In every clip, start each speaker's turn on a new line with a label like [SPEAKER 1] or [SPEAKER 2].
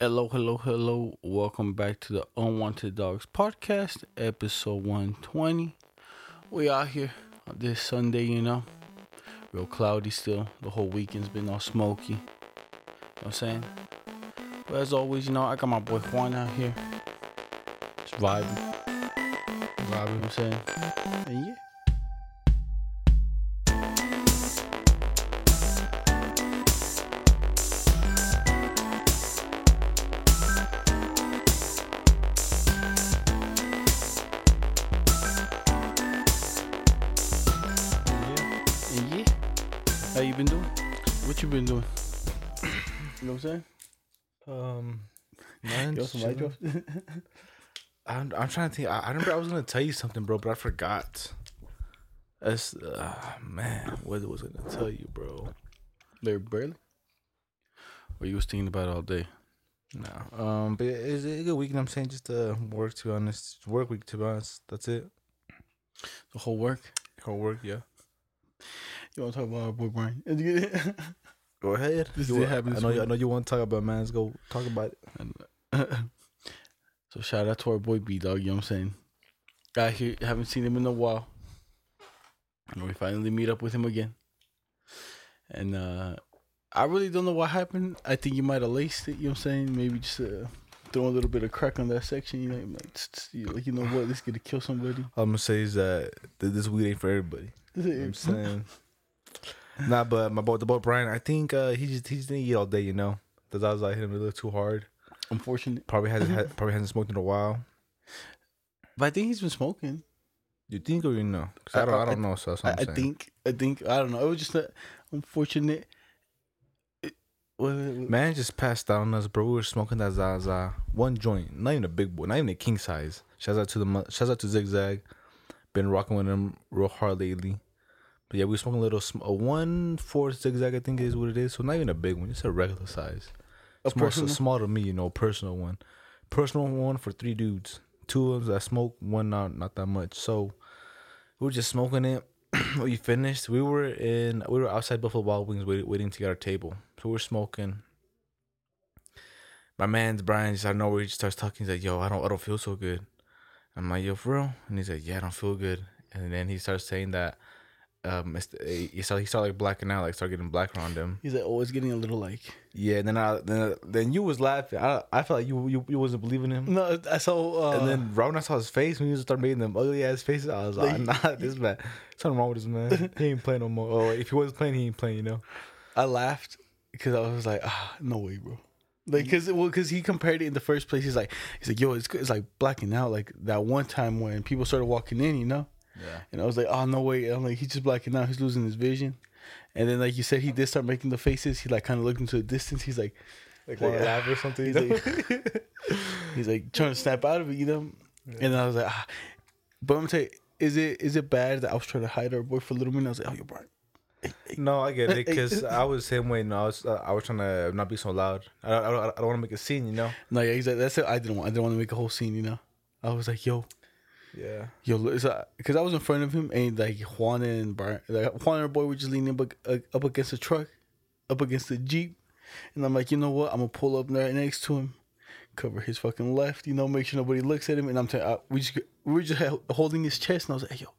[SPEAKER 1] Hello, hello, hello. Welcome back to the Unwanted Dogs Podcast, episode 120. We out here on this Sunday, you know. Real cloudy still. The whole weekend's been all smoky. You know what I'm saying? But as always, you know, I got my boy Juan out here. Just vibing. You know what
[SPEAKER 2] Robin.
[SPEAKER 1] I'm saying? And yeah. And yeah. How you been doing? What you been doing? you know what I'm saying?
[SPEAKER 2] Um, man,
[SPEAKER 1] You want some mic
[SPEAKER 2] chilling.
[SPEAKER 1] drops?
[SPEAKER 2] I'm, I'm trying to think. I, I remember I was gonna tell you something, bro, but I forgot. That's uh, man, what was I gonna tell you, bro?
[SPEAKER 1] Larry Burley? What you was thinking about all day?
[SPEAKER 2] No. Um, but it- it's a good week, and I'm saying just uh, work. To be honest, work week. To be honest, that's it.
[SPEAKER 1] The whole work?
[SPEAKER 2] Whole work, yeah.
[SPEAKER 1] You want to talk about our boy Brian? and
[SPEAKER 2] Go ahead.
[SPEAKER 1] This
[SPEAKER 2] You
[SPEAKER 1] did
[SPEAKER 2] wa-
[SPEAKER 1] happen
[SPEAKER 2] I
[SPEAKER 1] this
[SPEAKER 2] know. You, I
[SPEAKER 1] week.
[SPEAKER 2] know you want to talk about it, man. Let's go talk about it.
[SPEAKER 1] so shout out to our boy B Dog, you know what I'm saying? Got here, haven't seen him in a while. And we finally meet up with him again. And uh I really don't know what happened. I think you might have laced it, you know what I'm saying? Maybe just uh, throw a little bit of crack on that section, you know, like, tss, tss, you- like you know what, this gonna kill somebody.
[SPEAKER 2] All I'm gonna say is that th- this weed ain't for everybody. You know what I'm saying. nah, but my boy, the boy Brian, I think uh, he just he just didn't eat all day. You know, that I was like hitting him a little too hard.
[SPEAKER 1] Unfortunate.
[SPEAKER 2] Probably hasn't had, probably hasn't smoked in a while.
[SPEAKER 1] But I think he's been smoking.
[SPEAKER 2] You think or you know? 'Cause
[SPEAKER 1] I-
[SPEAKER 2] I don't,
[SPEAKER 1] I-
[SPEAKER 2] I don't know. So that's
[SPEAKER 1] I,
[SPEAKER 2] what I'm
[SPEAKER 1] I
[SPEAKER 2] saying.
[SPEAKER 1] think I think I don't know. It was just a unfortunate it, what- what-
[SPEAKER 2] man just passed out on us, bro. We were smoking that Zaza, one joint, not even a big boy, not even a king size. Shouts out to the mo- shouts out to Zigzag, been rocking with him real hard lately. But yeah, we were smoking a little sm- a one fourth Zigzag, I think is what it is. So not even a big one, just a regular size.
[SPEAKER 1] A
[SPEAKER 2] small,
[SPEAKER 1] personal?
[SPEAKER 2] small to me, you know, personal one, personal one for three dudes. Two of them that smoke, one not not that much. So we were just smoking it. we finished. We were in. We were outside Buffalo Wild Wings wait, waiting to get our table. So we were smoking. My man's Brian just out of nowhere. He just starts talking. He's like, "Yo, I don't, I don't feel so good." I'm like, "Yo, for real?" And he's like, "Yeah, I don't feel good." And then he starts saying that. Um, it's- he started, he started like blacking out, like start getting black around him.
[SPEAKER 1] he's like always getting a little like
[SPEAKER 2] Yeah, and then I, then, then you was laughing. I, I felt like you, you, you wasn't believing him.
[SPEAKER 1] No, I saw uh
[SPEAKER 2] And then right when I saw his face, when he started making them ugly ass faces, I was like,
[SPEAKER 1] Like-
[SPEAKER 2] nah, this man, something wrong with this man. He ain't playing no more. Oh, if he was playing, he ain't playing, you know?
[SPEAKER 1] I laughed because I was like, ah, no way, bro. Like, cause well, cause he compared it in the first place. He's like, he's like, yo, it's it's like blacking out. Like that one time when people started walking in, you know.
[SPEAKER 2] Yeah.
[SPEAKER 1] And I was like, oh no way. I'm like, he's just blacking out. He's losing his vision. And then like you said, he did start making the faces. He like kind of looked into the distance. He's like,
[SPEAKER 2] Like, wanna
[SPEAKER 1] Yeah.
[SPEAKER 2] laugh or something. you
[SPEAKER 1] he's
[SPEAKER 2] know?
[SPEAKER 1] like, he's like trying to snap out of it, you know. And I was like, ah. but I'm gonna tell you, is it is it bad that I was trying to hide our boy for a little minute? I was like, oh, you're Brian.
[SPEAKER 2] no, I get it, because I was the same way. No, I was, uh, I was trying to not be so loud. I don't, I don't, I don't want to make a scene, you know?
[SPEAKER 1] No, yeah, he's like, that's it. I didn't want. I didn't want to make a whole scene, you know. I was like, yo,
[SPEAKER 2] Yeah.
[SPEAKER 1] Yo, because I was in front of him and like Juan and Brian, like Juan and her boy were just leaning up, uh, up against the truck, up against the jeep, and I'm like, you know what? I'm gonna pull up right next to him, cover his fucking left, you know, make sure nobody looks at him, and I'm telling, I- we just we were just held- holding his chest, and I was like, hey yo,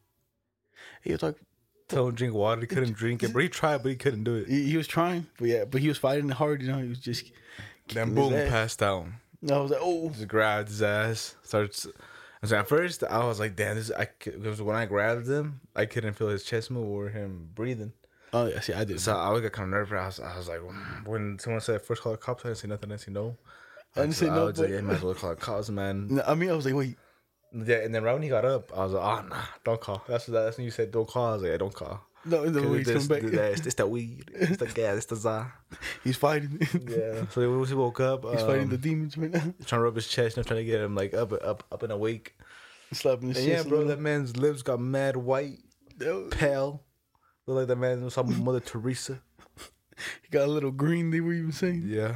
[SPEAKER 1] hey yo, talk.
[SPEAKER 2] Tell him to drink water. He couldn't drink it, but he tried, but he couldn't do it.
[SPEAKER 1] He, he was trying, but yeah, but he was fighting hard, you know. He was just,
[SPEAKER 2] Then
[SPEAKER 1] his
[SPEAKER 2] boom,
[SPEAKER 1] ass.
[SPEAKER 2] passed out.
[SPEAKER 1] and I was like, oh,
[SPEAKER 2] Just grabbed his ass. Starts. So at first, I was like, "Damn, this!" I because when I grabbed him, I couldn't feel his chest move or him breathing.
[SPEAKER 1] oh yeah, see, I did.
[SPEAKER 2] So I was kind of nervous. I was, I was like, "Mm." when someone said first call the cops, I didn't say nothing. I didn't say no.
[SPEAKER 1] I didn't
[SPEAKER 2] So
[SPEAKER 1] say no,
[SPEAKER 2] was
[SPEAKER 1] but-
[SPEAKER 2] like, yeah, might as well call the cops, man.
[SPEAKER 1] No, I mean, I was like, wait,
[SPEAKER 2] Yeah, and then right when he got up, I was like, oh, nah, don't call. That's what that's when you said don't call. I was like, yeah, don't call.
[SPEAKER 1] no, no, wait, he's
[SPEAKER 2] This-
[SPEAKER 1] coming
[SPEAKER 2] that-
[SPEAKER 1] back.
[SPEAKER 2] It's, it's that weed. It's the gas. It's the za.
[SPEAKER 1] He's fighting.
[SPEAKER 2] Yeah. So then once he woke up,
[SPEAKER 1] He's fighting
[SPEAKER 2] um,
[SPEAKER 1] the demons right now.
[SPEAKER 2] trying to rub his chest, and trying to get him like up, up, up and awake.
[SPEAKER 1] Slapping his
[SPEAKER 2] And
[SPEAKER 1] chest.
[SPEAKER 2] yeah,
[SPEAKER 1] a
[SPEAKER 2] bro,
[SPEAKER 1] little.
[SPEAKER 2] that man's lips got mad white,
[SPEAKER 1] Yo,
[SPEAKER 2] pale. Look like that man was some Mother Teresa.
[SPEAKER 1] He got a little green. They were even saying.
[SPEAKER 2] Yeah.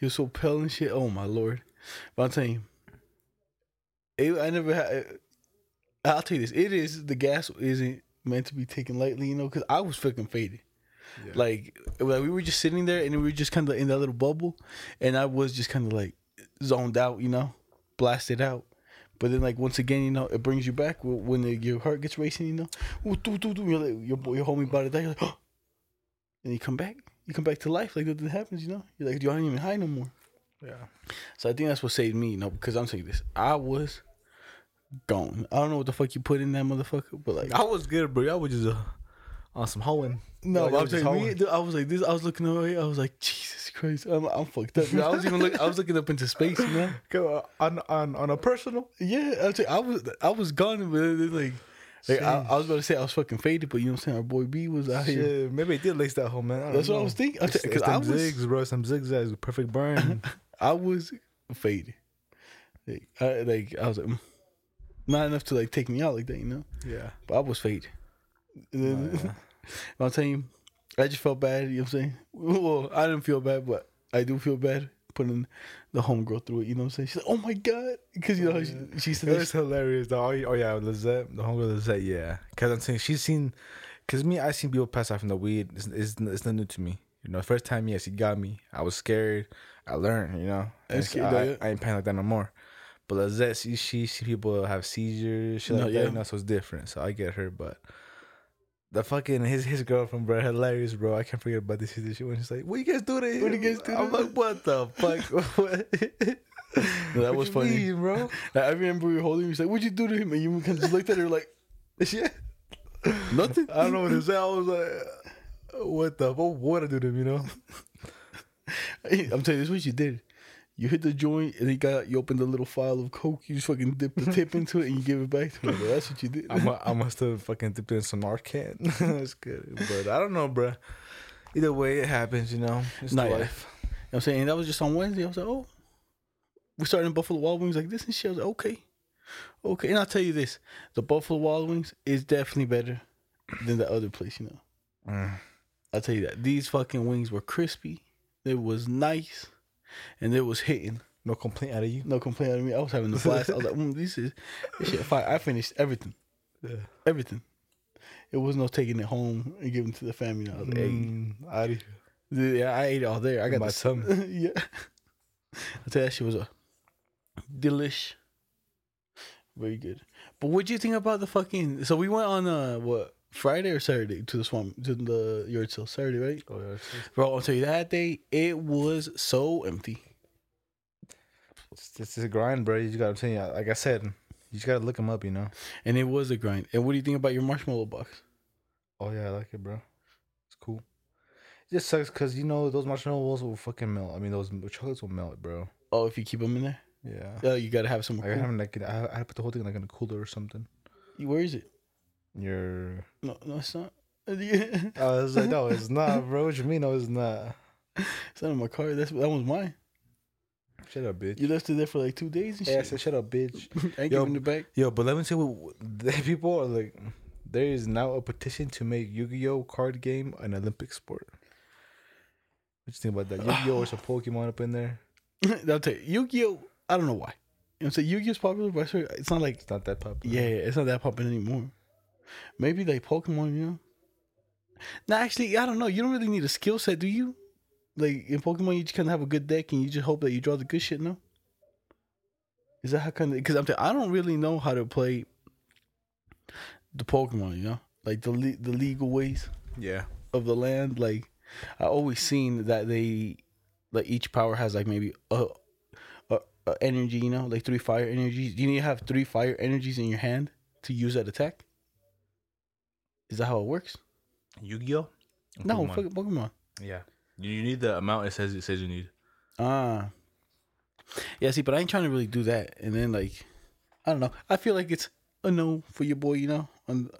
[SPEAKER 1] You're so pale and shit. Oh my lord. But I'll tell you, it, I never had. I'll tell you this. It is the gas isn't meant to be taken lightly, you know, because I was fucking faded.
[SPEAKER 2] Yeah.
[SPEAKER 1] Like, it was like we were just sitting there and we were just kind of in that little bubble, and I was just kind of like zoned out, you know, blasted out. But then, like once again, you know, it brings you back wh- when the, your heart gets racing. You know, Ooh, doo, doo, doo, you're like, your boy- your homie body die. You're like, and you come back, you come back to life like nothing happens. You know, you're like, you aren't even high no more.
[SPEAKER 2] Yeah.
[SPEAKER 1] So I think that's what saved me, you know, because I'm saying this. I was gone. I don't know what the fuck you put in that motherfucker, but like,
[SPEAKER 2] I was good, bro. I was just uh, on some hoeing.
[SPEAKER 1] no,
[SPEAKER 2] Like,
[SPEAKER 1] but
[SPEAKER 2] I
[SPEAKER 1] I'm
[SPEAKER 2] was just
[SPEAKER 1] saying me,
[SPEAKER 2] hoeing.
[SPEAKER 1] dude, I was like this. I was looking away. I was like, Jesus Christ, I'm, I'm fucked up. dude. I was even look, I was looking up into space, you know.
[SPEAKER 2] Go, uh, on on on a personal.
[SPEAKER 1] Yeah, I was, I was, I was gone, but then, like, like I, I was about to say I was fucking faded, but you know what I'm saying. Our boy B was out here.
[SPEAKER 2] Shit, maybe it did lace that hole, man. I don't
[SPEAKER 1] That's what I
[SPEAKER 2] know.
[SPEAKER 1] was thinking. I
[SPEAKER 2] It's-
[SPEAKER 1] said- 'cause
[SPEAKER 2] it's them
[SPEAKER 1] I was-
[SPEAKER 2] zigs, bro. Some zigzags, perfect burn.
[SPEAKER 1] I was faded. Like I, like I was like, mm. not enough to like take me out like that, you know.
[SPEAKER 2] yeah.
[SPEAKER 1] But I was faded. And then- I'll tell you, I just felt bad. You know what I'm saying? Well, I didn't feel bad, but I do feel bad putting the homegirl through it. You know what I'm saying? She's like, oh my God. Because, you know, how she, she said
[SPEAKER 2] It
[SPEAKER 1] that.
[SPEAKER 2] was
[SPEAKER 1] she-
[SPEAKER 2] hilarious though. Oh, yeah- oh, yeah, Lizette, the homegirl Lizette, yeah. Cause I'm saying she's seen, cause me, I seen people pass out from the weed. It's, it's, it's not new to me. You know, first time, yes, he got me. I was scared. I learned, you know.
[SPEAKER 1] I'm
[SPEAKER 2] It's-
[SPEAKER 1] scared,
[SPEAKER 2] I,
[SPEAKER 1] yeah.
[SPEAKER 2] I ain't paying like that no more. But Lizette, she she, she people have seizures, shit
[SPEAKER 1] No,
[SPEAKER 2] like
[SPEAKER 1] yeah.
[SPEAKER 2] that. You know, so it's different. So I get her, but. The fucking his his girlfriend, bro, hilarious, bro. I can't forget about this shit. When she's like, "What you guys do to him?"
[SPEAKER 1] What you guys do to
[SPEAKER 2] I'm like,
[SPEAKER 1] him?
[SPEAKER 2] "What the fuck?" What?
[SPEAKER 1] No, that
[SPEAKER 2] What
[SPEAKER 1] was
[SPEAKER 2] you
[SPEAKER 1] funny.
[SPEAKER 2] mean, bro.
[SPEAKER 1] I remember we were holding her. She's like, what'd you do to him? And you kind of just looked at her like,
[SPEAKER 2] Yeah.
[SPEAKER 1] nothing.
[SPEAKER 2] I don't know what to say. I was like, what the what what I do to him, you know?
[SPEAKER 1] I'm telling you, this is what you did. You hit the joint and you got you opened a little file of coke. You just fucking dip the tip into it and you give it back to him. Bro. That's what you did.
[SPEAKER 2] I, mu- I must have fucking dipped in some Narcan. That's good, but I don't know, bruh. Either way, it happens, you know. It's
[SPEAKER 1] Not yet.
[SPEAKER 2] life.
[SPEAKER 1] You know what I'm saying? And that was just on Wednesday. I was like, oh, we started in Buffalo Wild Wings like this and shit. I was like, okay. Okay. And I'll tell you this the Buffalo Wild Wings is definitely better than the other place, you know.
[SPEAKER 2] Mm.
[SPEAKER 1] I'll tell you that. These fucking wings were crispy. It was nice. And it was hitting.
[SPEAKER 2] No complaint out of you.
[SPEAKER 1] No complaint out of me. I was having the blast. I was like, mm, this is this shit fire. I finished everything.
[SPEAKER 2] Yeah.
[SPEAKER 1] Everything. It was no taking it home and giving it to the family. I was like, hey,
[SPEAKER 2] Mm, out of here.
[SPEAKER 1] yeah, I ate it all there. I got
[SPEAKER 2] My
[SPEAKER 1] the
[SPEAKER 2] tummy.
[SPEAKER 1] yeah. I tell you, that shit was a delish. Very good. But what do you think about the fucking? So we went on uh what Friday or Saturday to the swamp to the yard sale Saturday, right?
[SPEAKER 2] Oh,
[SPEAKER 1] Bro, I'll tell you that day it was so empty.
[SPEAKER 2] It's, it's a grind, bro. You just gotta tell you, like I said, you just gotta look him up, you know.
[SPEAKER 1] And it was a grind. And what do you think about your marshmallow box?
[SPEAKER 2] Oh yeah, I like it, bro. It's cool. It just sucks because you know those marshmallows will fucking melt. I mean, those chocolates will melt, bro.
[SPEAKER 1] Oh, if you keep them in there,
[SPEAKER 2] Yeah.
[SPEAKER 1] oh, you gotta have some.
[SPEAKER 2] I haven't like I I had to put the whole thing like in a cooler or something.
[SPEAKER 1] Where is it?
[SPEAKER 2] Your
[SPEAKER 1] No, no, it's not. it's
[SPEAKER 2] I was like, no, it's not, bro. What you mean, no, it's not?
[SPEAKER 1] not in my car. That's that was mine.
[SPEAKER 2] Shut up, bitch.
[SPEAKER 1] You left it there for like two days and
[SPEAKER 2] yeah, I
[SPEAKER 1] shit.
[SPEAKER 2] said, shut up, bitch.
[SPEAKER 1] I ain't
[SPEAKER 2] Yo,
[SPEAKER 1] giving it back.
[SPEAKER 2] Yo, but let me tell you, what- the people are like, there is now a petition to make Yu-Gi-Oh card game an Olympic sport. What you think about that? Yu-Gi-Oh or some Pokemon up in there?
[SPEAKER 1] I'll tell you, Yu-Gi-Oh! I don't know why. You know what I'm saying? Yu-Gi-Oh's popular, but I swear, it's not like
[SPEAKER 2] It's not that popular.
[SPEAKER 1] yeah, yeah, it's not that popular anymore. Maybe like Pokemon, you know. No, actually, I don't know. You don't really need a skill set, do you? Like in Pokemon, you just kind of have a good deck, and you just hope that you draw the good shit. No, is that how kind of? Because I'm, tell- I don't really know how to play the Pokemon. You know, like the le- the legal ways
[SPEAKER 2] yeah.
[SPEAKER 1] of the land. Like I always seen that they like each power has like maybe a, a, a energy, you know, like three fire energies. You need to have three fire energies in your hand to use that attack. Is that how it works?
[SPEAKER 2] Yu-Gi-Oh?
[SPEAKER 1] No, fuck Pokemon.
[SPEAKER 2] Yeah. You, you need the amount it says it says you need.
[SPEAKER 1] Ah. Yeah, see, but I ain't trying to really do that. And then like I don't know. I feel like it's a no for your boy, you know, on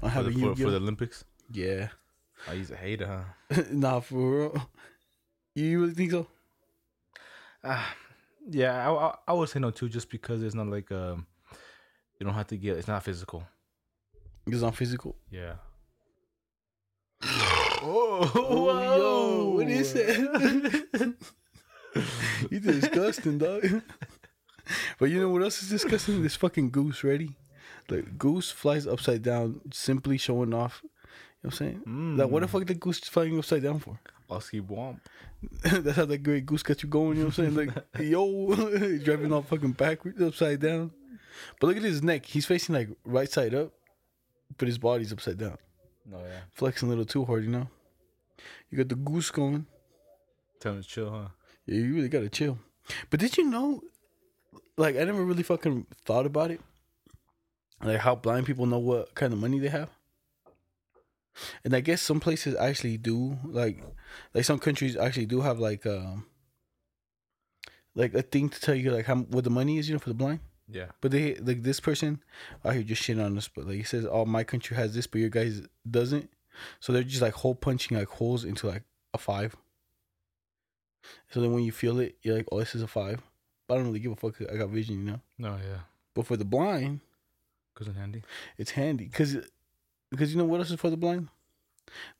[SPEAKER 1] on
[SPEAKER 3] for the,
[SPEAKER 1] having
[SPEAKER 3] for,
[SPEAKER 1] you.
[SPEAKER 3] for the Olympics.
[SPEAKER 1] Yeah.
[SPEAKER 2] Oh, he's a hater, huh?
[SPEAKER 1] nah, for real. You really think so?
[SPEAKER 2] Ah, Yeah, I, I, I would say no too, just because it's not like um, you don't have to get. It's not physical.
[SPEAKER 1] Because I'm physical.
[SPEAKER 2] Yeah.
[SPEAKER 1] Oh, yo, what is that? you disgusting, dog. but you know what else is disgusting? This fucking goose, ready? Like goose flies upside down, simply showing off You know what I'm saying?
[SPEAKER 2] Mm.
[SPEAKER 1] Like, what the fuck the goose flying upside down for?
[SPEAKER 2] Oski Womp.
[SPEAKER 1] That's how that great goose got you going. You know what I'm saying? Like, yo, driving all fucking backwards, upside down. But look at his neck. He's facing like right side up, but his body's upside down.
[SPEAKER 2] No, yeah.
[SPEAKER 1] Flexing a little too hard, you know. You got the goose going.
[SPEAKER 2] Tell him to chill, huh?
[SPEAKER 1] Yeah, you really gotta chill. But did you know? Like, I never really fucking thought about it. Like how blind people know what kind of money they have. And I guess some places actually do like, like some countries actually do have like um, like a thing to tell you like how what the money is, you know, for the blind.
[SPEAKER 2] Yeah.
[SPEAKER 1] But they like this person out here just shitting on us, but like he says, "Oh, my country has this, but your guys doesn't." So they're just like hole punching like holes into like a five. So then when you feel it, you're like, "Oh, this is a five. But I don't really give a fuck. I got vision, you know.
[SPEAKER 2] No, yeah.
[SPEAKER 1] But for the blind,
[SPEAKER 2] Goes in handy.
[SPEAKER 1] it's handy because because you know what else is for the blind?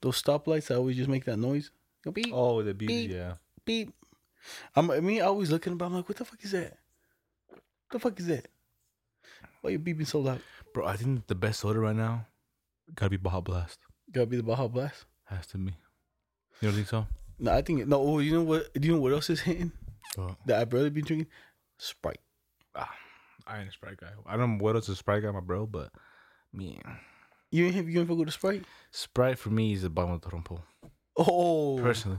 [SPEAKER 1] Those stoplights that always just make that noise. Go beep
[SPEAKER 2] Oh, the beauty,
[SPEAKER 1] Beep.
[SPEAKER 2] yeah.
[SPEAKER 1] beep. I'm I mean, I always looking about. I'm like, "What the fuck is that? the fuck is that? Why you beeping so loud?"
[SPEAKER 2] Bro, I think the best soda right now gotta be Baja Blast.
[SPEAKER 1] Gotta be the Baja Blast.
[SPEAKER 2] Has to be. You don't think so?
[SPEAKER 1] No, I think no. Oh, you know what? Do you know what else is hitting
[SPEAKER 2] Well,
[SPEAKER 1] that I've barely been drinking? Sprite.
[SPEAKER 2] I ain't a Sprite guy. I don't know what else is Sprite guy, my bro, but me.
[SPEAKER 1] You ain't have you ain't fuck with the Sprite?
[SPEAKER 2] Sprite for me is the bottom of the rumple.
[SPEAKER 1] Oh,
[SPEAKER 2] Personally.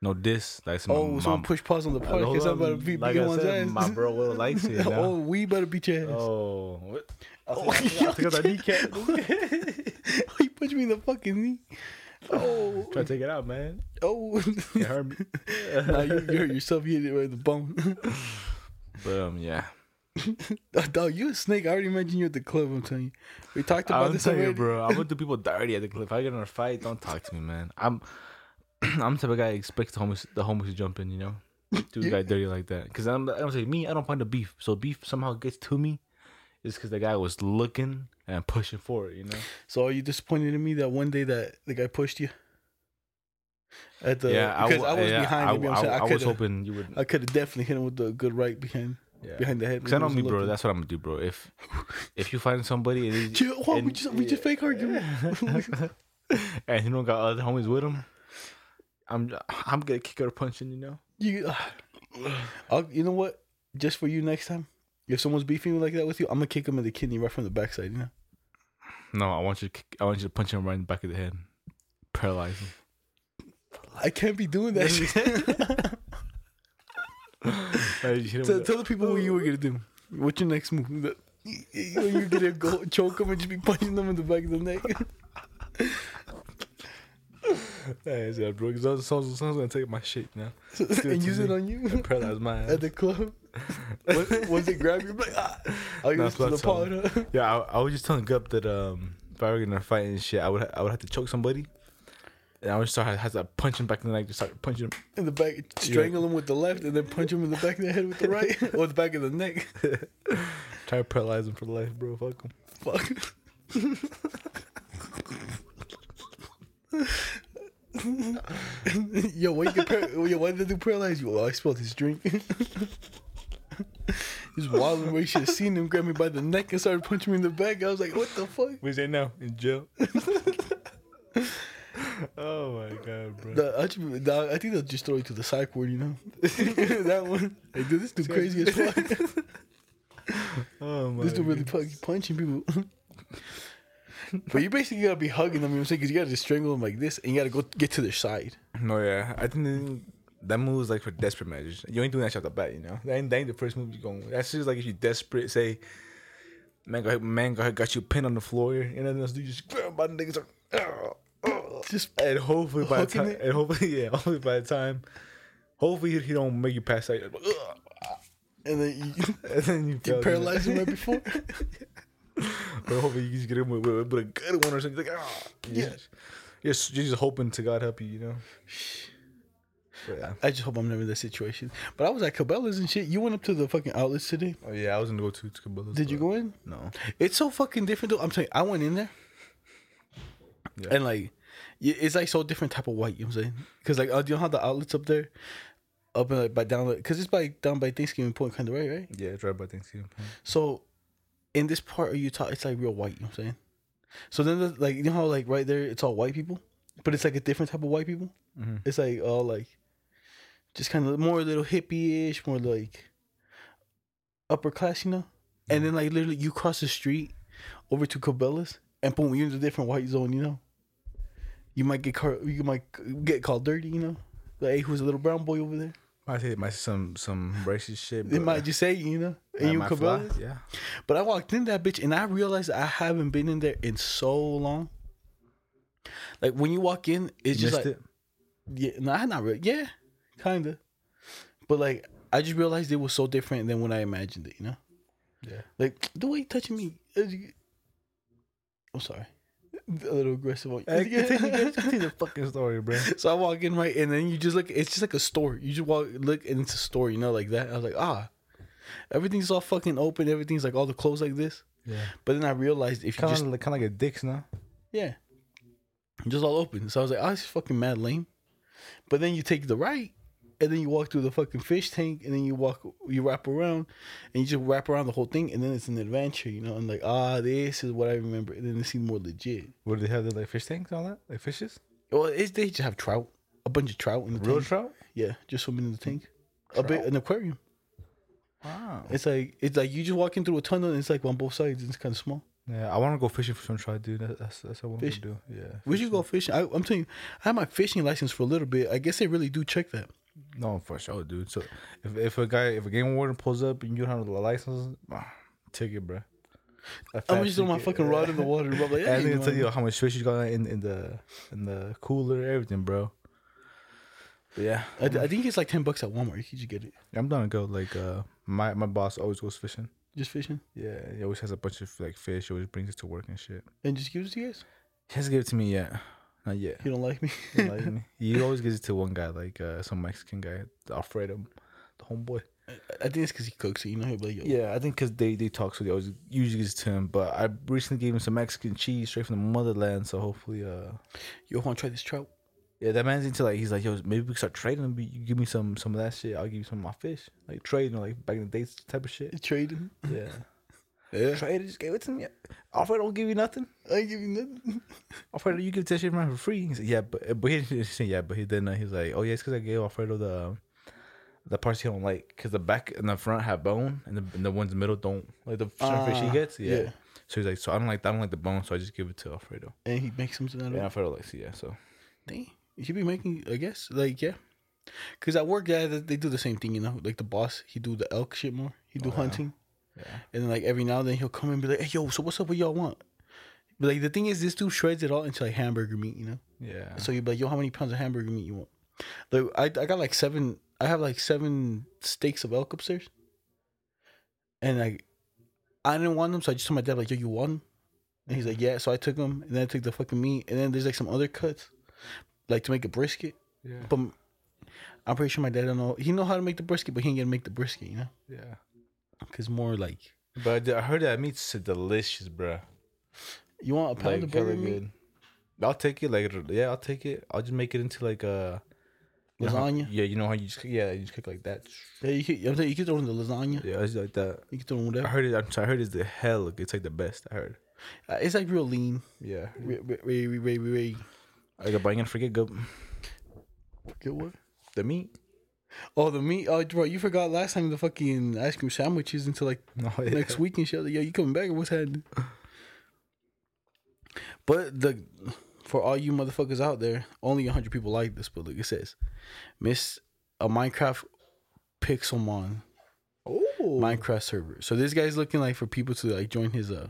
[SPEAKER 2] No diss. Like some
[SPEAKER 1] oh, someone push pause on the podcast. I'm about to beat big one's ass.
[SPEAKER 2] bro Will likes it.
[SPEAKER 1] oh, we better beat your ass.
[SPEAKER 2] Oh, what?
[SPEAKER 1] Oh,
[SPEAKER 2] I think that's a kneecap.
[SPEAKER 1] he punched me in the fucking knee. Oh,
[SPEAKER 2] Try to take it out, man.
[SPEAKER 1] oh.
[SPEAKER 2] It hurt me.
[SPEAKER 1] nah, you, you hurt yourself. You hit it right in the bone.
[SPEAKER 2] But um, yeah.
[SPEAKER 1] Dog, you a snake. I already mentioned you at the club. I'm telling you. We talked about
[SPEAKER 2] I'm
[SPEAKER 1] this
[SPEAKER 2] telling
[SPEAKER 1] already.
[SPEAKER 2] you, bro. I would do people dirty at the cliff. I get in a fight. Don't talk to me, man. I'm, I'm the type of guy that expects the homies, the homies to jump in. You know, do the guy dirty like that. Cause I'm, I'm saying me. I don't find the beef. So beef somehow gets to me, is because the guy was looking and pushing for it. You know.
[SPEAKER 1] So are you disappointed in me that one day that the guy pushed you? At the
[SPEAKER 2] yeah,
[SPEAKER 1] because I,
[SPEAKER 2] w-
[SPEAKER 1] was
[SPEAKER 2] yeah,
[SPEAKER 1] behind
[SPEAKER 2] I,
[SPEAKER 1] him. you know
[SPEAKER 2] w-
[SPEAKER 1] what I'm
[SPEAKER 2] I,
[SPEAKER 1] saying?
[SPEAKER 2] I
[SPEAKER 1] I
[SPEAKER 2] was
[SPEAKER 1] could have
[SPEAKER 2] hoping you would.
[SPEAKER 1] I could have definitely hit him with the good right behind
[SPEAKER 2] yeah.
[SPEAKER 1] behind the head.
[SPEAKER 2] Cause I know me, bro. That's what I'm gonna do, bro. If if you find somebody, and,
[SPEAKER 1] Chill, whoa, we
[SPEAKER 2] and-
[SPEAKER 1] just we just fake argument.
[SPEAKER 2] and you don't got other homies with him, I'm I'm gonna kick her punching. You know.
[SPEAKER 1] you, I'll, you know what? Just for you next time, if someone's beefing like that with you, I'm gonna kick him in the kidney right from the backside. You know,
[SPEAKER 2] No, I want you. To, kick- I want you to punch him right in the back of the head, paralyze him.
[SPEAKER 1] I can't be doing that. shit.
[SPEAKER 2] Like, you hit him
[SPEAKER 1] Tell,
[SPEAKER 2] with the-
[SPEAKER 1] tell the people what you were gonna do. What's your next move? The- You're gonna go choke them and just be punching them in the back of the neck.
[SPEAKER 2] Hey, yeah, bro. 'cause someone's, someone's gonna take my shit now
[SPEAKER 1] and use it on you.
[SPEAKER 2] and paralyze my ass.
[SPEAKER 1] at the club. Once- Once they grab you, like, ah, I'll
[SPEAKER 2] Nah,
[SPEAKER 1] use
[SPEAKER 2] it's not
[SPEAKER 1] the
[SPEAKER 2] so.
[SPEAKER 1] powder.
[SPEAKER 2] Yeah, I, I was just telling Gup that um, if I were gonna fight and shit, I would ha- I would have to choke somebody, and I would start have to punch him back in the neck, just start punching him.
[SPEAKER 1] in the back, strangle him with the left, and then punch him in the back of the head with the right, or the back of the neck.
[SPEAKER 2] Try to paralyze him for life, bro. Fuck him.
[SPEAKER 1] Fuck. yo, why you get par- yo, why did they do paralyze you? Oh, I spilled his drink. He's wild and we should have seen him grab me by the neck and started punching me in the back. I was like, what the fuck?
[SPEAKER 2] Where's that now? In jail. oh my god, bro.
[SPEAKER 1] The, I, ju- the- I think they'll just throw you to the psych ward, you know? that one. Like, dude, this dude crazy as fuck.
[SPEAKER 2] Oh my.
[SPEAKER 1] This dude really fucking punching people. but you basically gotta be hugging them, you know what I'm saying? Because you gotta just strangle them like this and you gotta go get to their side.
[SPEAKER 2] No, yeah, I think that- that move is like for desperate measures. You ain't doing that shit off the bat, you know. That ain't, that ain't the first move you going. With. That's just like if you desperate, say, man, go ahead, man, go ahead, got you pinned on the floor, and then else do you just grab by the niggas, oh, like, "Ugh, ugh."
[SPEAKER 1] Just
[SPEAKER 2] and hopefully by the
[SPEAKER 1] Hooking
[SPEAKER 2] time,
[SPEAKER 1] it.
[SPEAKER 2] and hopefully, yeah, hopefully by the time, hopefully he- he don't make you pass out, like, "Ugh,"
[SPEAKER 1] and then you,
[SPEAKER 2] and then you,
[SPEAKER 1] you
[SPEAKER 2] fell,
[SPEAKER 1] paralyze them right before.
[SPEAKER 2] know? But hopefully you just get him with, with, with a good one or something. Like, "Ugh." You
[SPEAKER 1] Yeah.
[SPEAKER 2] just- you're, just, you're just hoping to God help you, you know. But, yeah.
[SPEAKER 1] I just hope I'm never in that situation. But I was at Cabela's and shit. You went up to the fucking outlets today.
[SPEAKER 2] Oh yeah, I was gonna go to, to Cabela's.
[SPEAKER 1] Did you
[SPEAKER 2] but
[SPEAKER 1] go in?
[SPEAKER 2] No.
[SPEAKER 1] It's so fucking different though. I'm saying I went in there,
[SPEAKER 2] Yeah.
[SPEAKER 1] and like, y- it's like so different type of white. You know what I'm saying? Because like, uh, you know how the outlets up there, up and like by down, because it's by down by Thanksgiving Point, kind of right, right?
[SPEAKER 2] Yeah, it's right by Thanksgiving.
[SPEAKER 1] So, in this part of Utah, it's like real white. You know what I'm saying? So then, the, like you know how like right there, it's all white people, but it's like a different type of white people.
[SPEAKER 2] Mhm.
[SPEAKER 1] It's like all like, just kind of more a little hippie ish, more like upper class, you know. And
[SPEAKER 2] Mm-hmm.
[SPEAKER 1] then like literally, you cross the street over to Cabela's, and boom, you're in a different white zone, you know. You might get car- you might get called dirty, you know. Like hey, who's a little brown boy over there?
[SPEAKER 2] Might say might some some racist shit.
[SPEAKER 1] They
[SPEAKER 2] but-
[SPEAKER 1] might just say, you know, and
[SPEAKER 2] I
[SPEAKER 1] you
[SPEAKER 2] Uh, might
[SPEAKER 1] Cabela's.
[SPEAKER 2] fly, Yeah.
[SPEAKER 1] But I walked in that bitch and I realized I haven't been in there in so long. Like when you walk in, it's
[SPEAKER 2] Missed
[SPEAKER 1] just like
[SPEAKER 2] it.
[SPEAKER 1] yeah, nah, not really. Yeah, kinda. But like I just realized it was so different than when I imagined it. You know,
[SPEAKER 2] Yeah.
[SPEAKER 1] like the way you touching me. as you- I'm sorry, a little aggressive on
[SPEAKER 2] Hey, continue, continue, continue the fucking story, bro.
[SPEAKER 1] so I walk in right, and then you just look. It's just like a store. You just walk, look, and it's a store. You know, like that. I was like, ah, everything's all fucking open. Everything's like all the clothes like this.
[SPEAKER 2] Yeah.
[SPEAKER 1] But then I realized if you
[SPEAKER 2] Kind
[SPEAKER 1] just
[SPEAKER 2] of like kind of like a dicks now.
[SPEAKER 1] yeah, just all open. So I was like, oh, it's fucking mad lame. But then you take the right, and then you walk through the fucking fish tank, and then you walk, you wrap around, and you just wrap around the whole thing, and then it's an adventure, you know. And like, ah, this is what I remember. And then it seemed more legit.
[SPEAKER 2] What do they have? The like fish tanks and all that? Like fishes?
[SPEAKER 1] Well, it's, they just have trout, a bunch of trout in the
[SPEAKER 2] Real
[SPEAKER 1] tank.
[SPEAKER 2] trout?
[SPEAKER 1] Yeah, just swimming in the tank. A bit
[SPEAKER 2] Trout?
[SPEAKER 1] an aquarium.
[SPEAKER 2] Wow.
[SPEAKER 1] It's like it's like you just walking through a tunnel and it's like on both sides and it's kind of small.
[SPEAKER 2] Yeah, I want to go fishing for some trout, dude. That- That's that's what I want
[SPEAKER 1] Fish.
[SPEAKER 2] to do. Yeah.
[SPEAKER 1] We should go fishing. I, I'm telling you, I had my fishing license for a little bit. I guess they really do check that.
[SPEAKER 2] No, for sure, dude. So if, if a guy, if a game warden pulls up and you don't have a license, ah, ticket, bro. A
[SPEAKER 1] I'm
[SPEAKER 2] fat
[SPEAKER 1] just throwing my
[SPEAKER 2] ticket.
[SPEAKER 1] fucking rod in the water, bro. Like,
[SPEAKER 2] And
[SPEAKER 1] hey,
[SPEAKER 2] they tell
[SPEAKER 1] man.
[SPEAKER 2] you how much fish you got in, in the in the cooler, everything, bro. But yeah,
[SPEAKER 1] I, I think it's like ten bucks at Walmart. You can just get it.
[SPEAKER 2] I'm down to go. Like uh, my my boss always goes fishing.
[SPEAKER 1] Just fishing
[SPEAKER 2] Yeah, he always has a bunch of like fish. He always brings it to work and shit.
[SPEAKER 1] and just gives it to you guys.
[SPEAKER 2] He hasn't given it to me yet. Not yet.
[SPEAKER 1] You don't like me?
[SPEAKER 2] like me. He always gives it to one guy, like uh, some Mexican guy, Alfredo, the homeboy.
[SPEAKER 1] I think it's because he cooks it. You know, he'll be like, Yo,
[SPEAKER 2] Yeah, I think because they they talk, so they always usually gives it to him. But I recently gave him some Mexican cheese straight from the motherland, so hopefully, uh,
[SPEAKER 1] you want to try this trout?
[SPEAKER 2] yeah, that man's into like he's like, yo, maybe we can start trading. But you give me some some of that shit, I'll give you some of my fish, like trading, like back in the days type of shit.
[SPEAKER 1] Trading?
[SPEAKER 2] Yeah,
[SPEAKER 1] Yeah.
[SPEAKER 2] trade it, just gave it to me. Alfredo don't give you nothing.
[SPEAKER 1] I ain't giving nothing.
[SPEAKER 2] Alfredo, you give that shit around for free. He said, yeah, but but he didn't say yeah, but he then uh, he's like, oh yeah, it's because I gave Alfredo the the parts he don't like because the back and the front have bone and the and the ones in the middle don't like the certain fish he
[SPEAKER 1] Ah,
[SPEAKER 2] gets. Yeah.
[SPEAKER 1] yeah.
[SPEAKER 2] So he's like, so I don't like I don't like the bone, so I just give it to Alfredo.
[SPEAKER 1] And he makes something out of
[SPEAKER 2] And
[SPEAKER 1] it.
[SPEAKER 2] Alfredo likes it, yeah. So
[SPEAKER 1] Damn, you should be making. I guess like yeah, because at work, yeah, they they do the same thing. You know, like the boss, he do the elk shit more. He do hunting,
[SPEAKER 2] yeah,
[SPEAKER 1] and then like every now and then he'll come and be like, "Hey, yo, so what's up? What y'all want?" But like the thing is, this dude shreds it all into like hamburger meat. You know,
[SPEAKER 2] yeah.
[SPEAKER 1] so you be like, "Yo, how many pounds of hamburger meat you want?" Like I I got like seven. I have like seven steaks of elk upstairs, and like I didn't want them, so I just told my dad like, "Yo, you want them?" And he's like, "Yeah." So I took them, and then I took the fucking meat, and then there's like some other cuts, like to make a brisket.
[SPEAKER 2] yeah,
[SPEAKER 1] But m- I'm pretty sure my dad don't know. He know how to make the brisket, but he ain't gonna make the brisket, you know,
[SPEAKER 2] yeah.
[SPEAKER 1] because more like
[SPEAKER 2] But I, did- I heard that meat's delicious, bruh.
[SPEAKER 1] you want a pound
[SPEAKER 2] Like
[SPEAKER 1] of burger
[SPEAKER 2] hella
[SPEAKER 1] meat,
[SPEAKER 2] good. I'll take it, like yeah, I'll take it. I'll just make it into like a you know how-
[SPEAKER 1] lasagna.
[SPEAKER 2] yeah, you know how you just yeah, you just cook like that.
[SPEAKER 1] Yeah, you could, I'm saying you could throw in the lasagna.
[SPEAKER 2] Yeah, it's like that.
[SPEAKER 1] You could throw in
[SPEAKER 2] I
[SPEAKER 1] whatever.
[SPEAKER 2] heard it. I'm sorry, I heard it's the hell. It's like the best. I heard.
[SPEAKER 1] Uh, It's like real lean.
[SPEAKER 2] Yeah.
[SPEAKER 1] Re- re- re- re- re- re-
[SPEAKER 2] Like a banging forget go
[SPEAKER 1] Get what?
[SPEAKER 2] the meat.
[SPEAKER 1] Oh, the meat. Oh, bro, you forgot last time the fucking ice cream sandwiches until like
[SPEAKER 2] No, yeah.
[SPEAKER 1] next week and shit. Like, yo, you coming back or what's happening? But the for all you motherfuckers out there, only 100 people like this. But look, it says, Miss a Minecraft Pixelmon
[SPEAKER 2] Oh,
[SPEAKER 1] Minecraft server. So this guy's looking like for people to like join his uh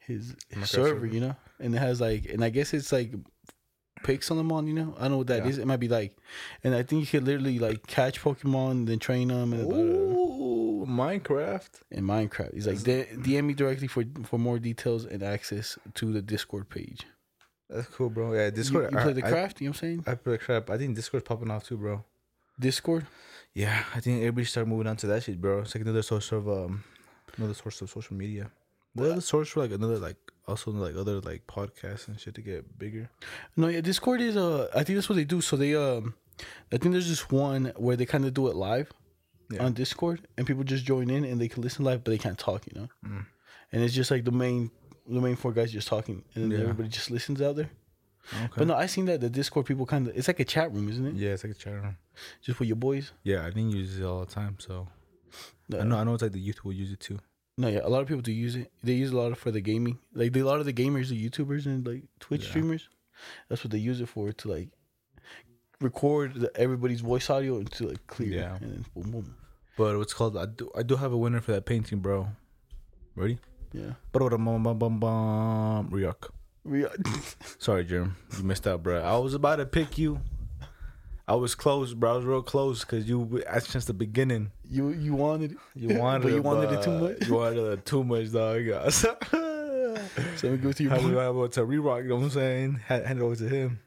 [SPEAKER 1] his, his
[SPEAKER 2] Minecraft
[SPEAKER 1] server,
[SPEAKER 2] server.
[SPEAKER 1] you know. And it has like, and I guess it's like Pixelmon, you know. I don't know what that is.
[SPEAKER 2] Yeah.
[SPEAKER 1] It might be like, and I think you could literally like catch Pokemon, then train them, and blah, blah, blah
[SPEAKER 2] Ooh, Minecraft.
[SPEAKER 1] in Minecraft. He's like, "D- DM me directly for for more details and access to the Discord page.
[SPEAKER 2] That's cool, bro. Yeah,
[SPEAKER 1] You,
[SPEAKER 2] Discord.
[SPEAKER 1] you play the
[SPEAKER 2] I,
[SPEAKER 1] craft, you know what I'm saying?
[SPEAKER 2] I, I play the crap. I think Discord's popping off too, bro.
[SPEAKER 1] Discord.
[SPEAKER 2] Yeah, I think everybody started moving on to that shit, bro. It's like another source of um, another source of social media. Another source for like another like also like other like podcasts and shit to get bigger.
[SPEAKER 1] No, yeah, Discord is uh I think that's what they do. So they um I think there's just one where they kind of do it live
[SPEAKER 2] Yeah.
[SPEAKER 1] on
[SPEAKER 2] Mm.
[SPEAKER 1] Discord and people just join in and they can listen live but they can't talk, you know. And it's just like the main the main four guys just talking, and then
[SPEAKER 2] Yeah.
[SPEAKER 1] everybody just listens out there.
[SPEAKER 2] Okay.
[SPEAKER 1] But no, I seen that the Discord people kind of it's like a chat room, isn't it?
[SPEAKER 2] yeah, it's like a chat room.
[SPEAKER 1] Just for your boys.
[SPEAKER 2] Yeah, I didn't use it all the time, so
[SPEAKER 1] No,
[SPEAKER 2] I know I know it's like the youth will use it too.
[SPEAKER 1] no, yeah, a lot of people do use it. They use a lot of for the gaming, like the, a lot of the gamers, the YouTubers, and like Twitch
[SPEAKER 2] Yeah.
[SPEAKER 1] streamers. That's what they use it for to like record the, everybody's voice audio and to like clear.
[SPEAKER 2] Yeah.
[SPEAKER 1] and then boom, boom.
[SPEAKER 2] But what's called I do I do have a winner for that painting, bro. Ready?
[SPEAKER 1] Yeah,
[SPEAKER 2] Ba-da-bum-bum-bum-bum. Ryuk.
[SPEAKER 1] we
[SPEAKER 2] Sorry, Jim. You missed out, bro. I was about to pick you. I was close, bro. I was real close because you were- that's since the beginning.
[SPEAKER 1] you you wanted it,
[SPEAKER 2] You wanted,
[SPEAKER 1] but you
[SPEAKER 2] it,
[SPEAKER 1] wanted it too
[SPEAKER 2] but
[SPEAKER 1] much.
[SPEAKER 2] You wanted it too much, dog.
[SPEAKER 1] So let me go to your
[SPEAKER 2] How
[SPEAKER 1] boy.
[SPEAKER 2] do I about to re-rock? You know what I'm saying? Hand, hand it over to him.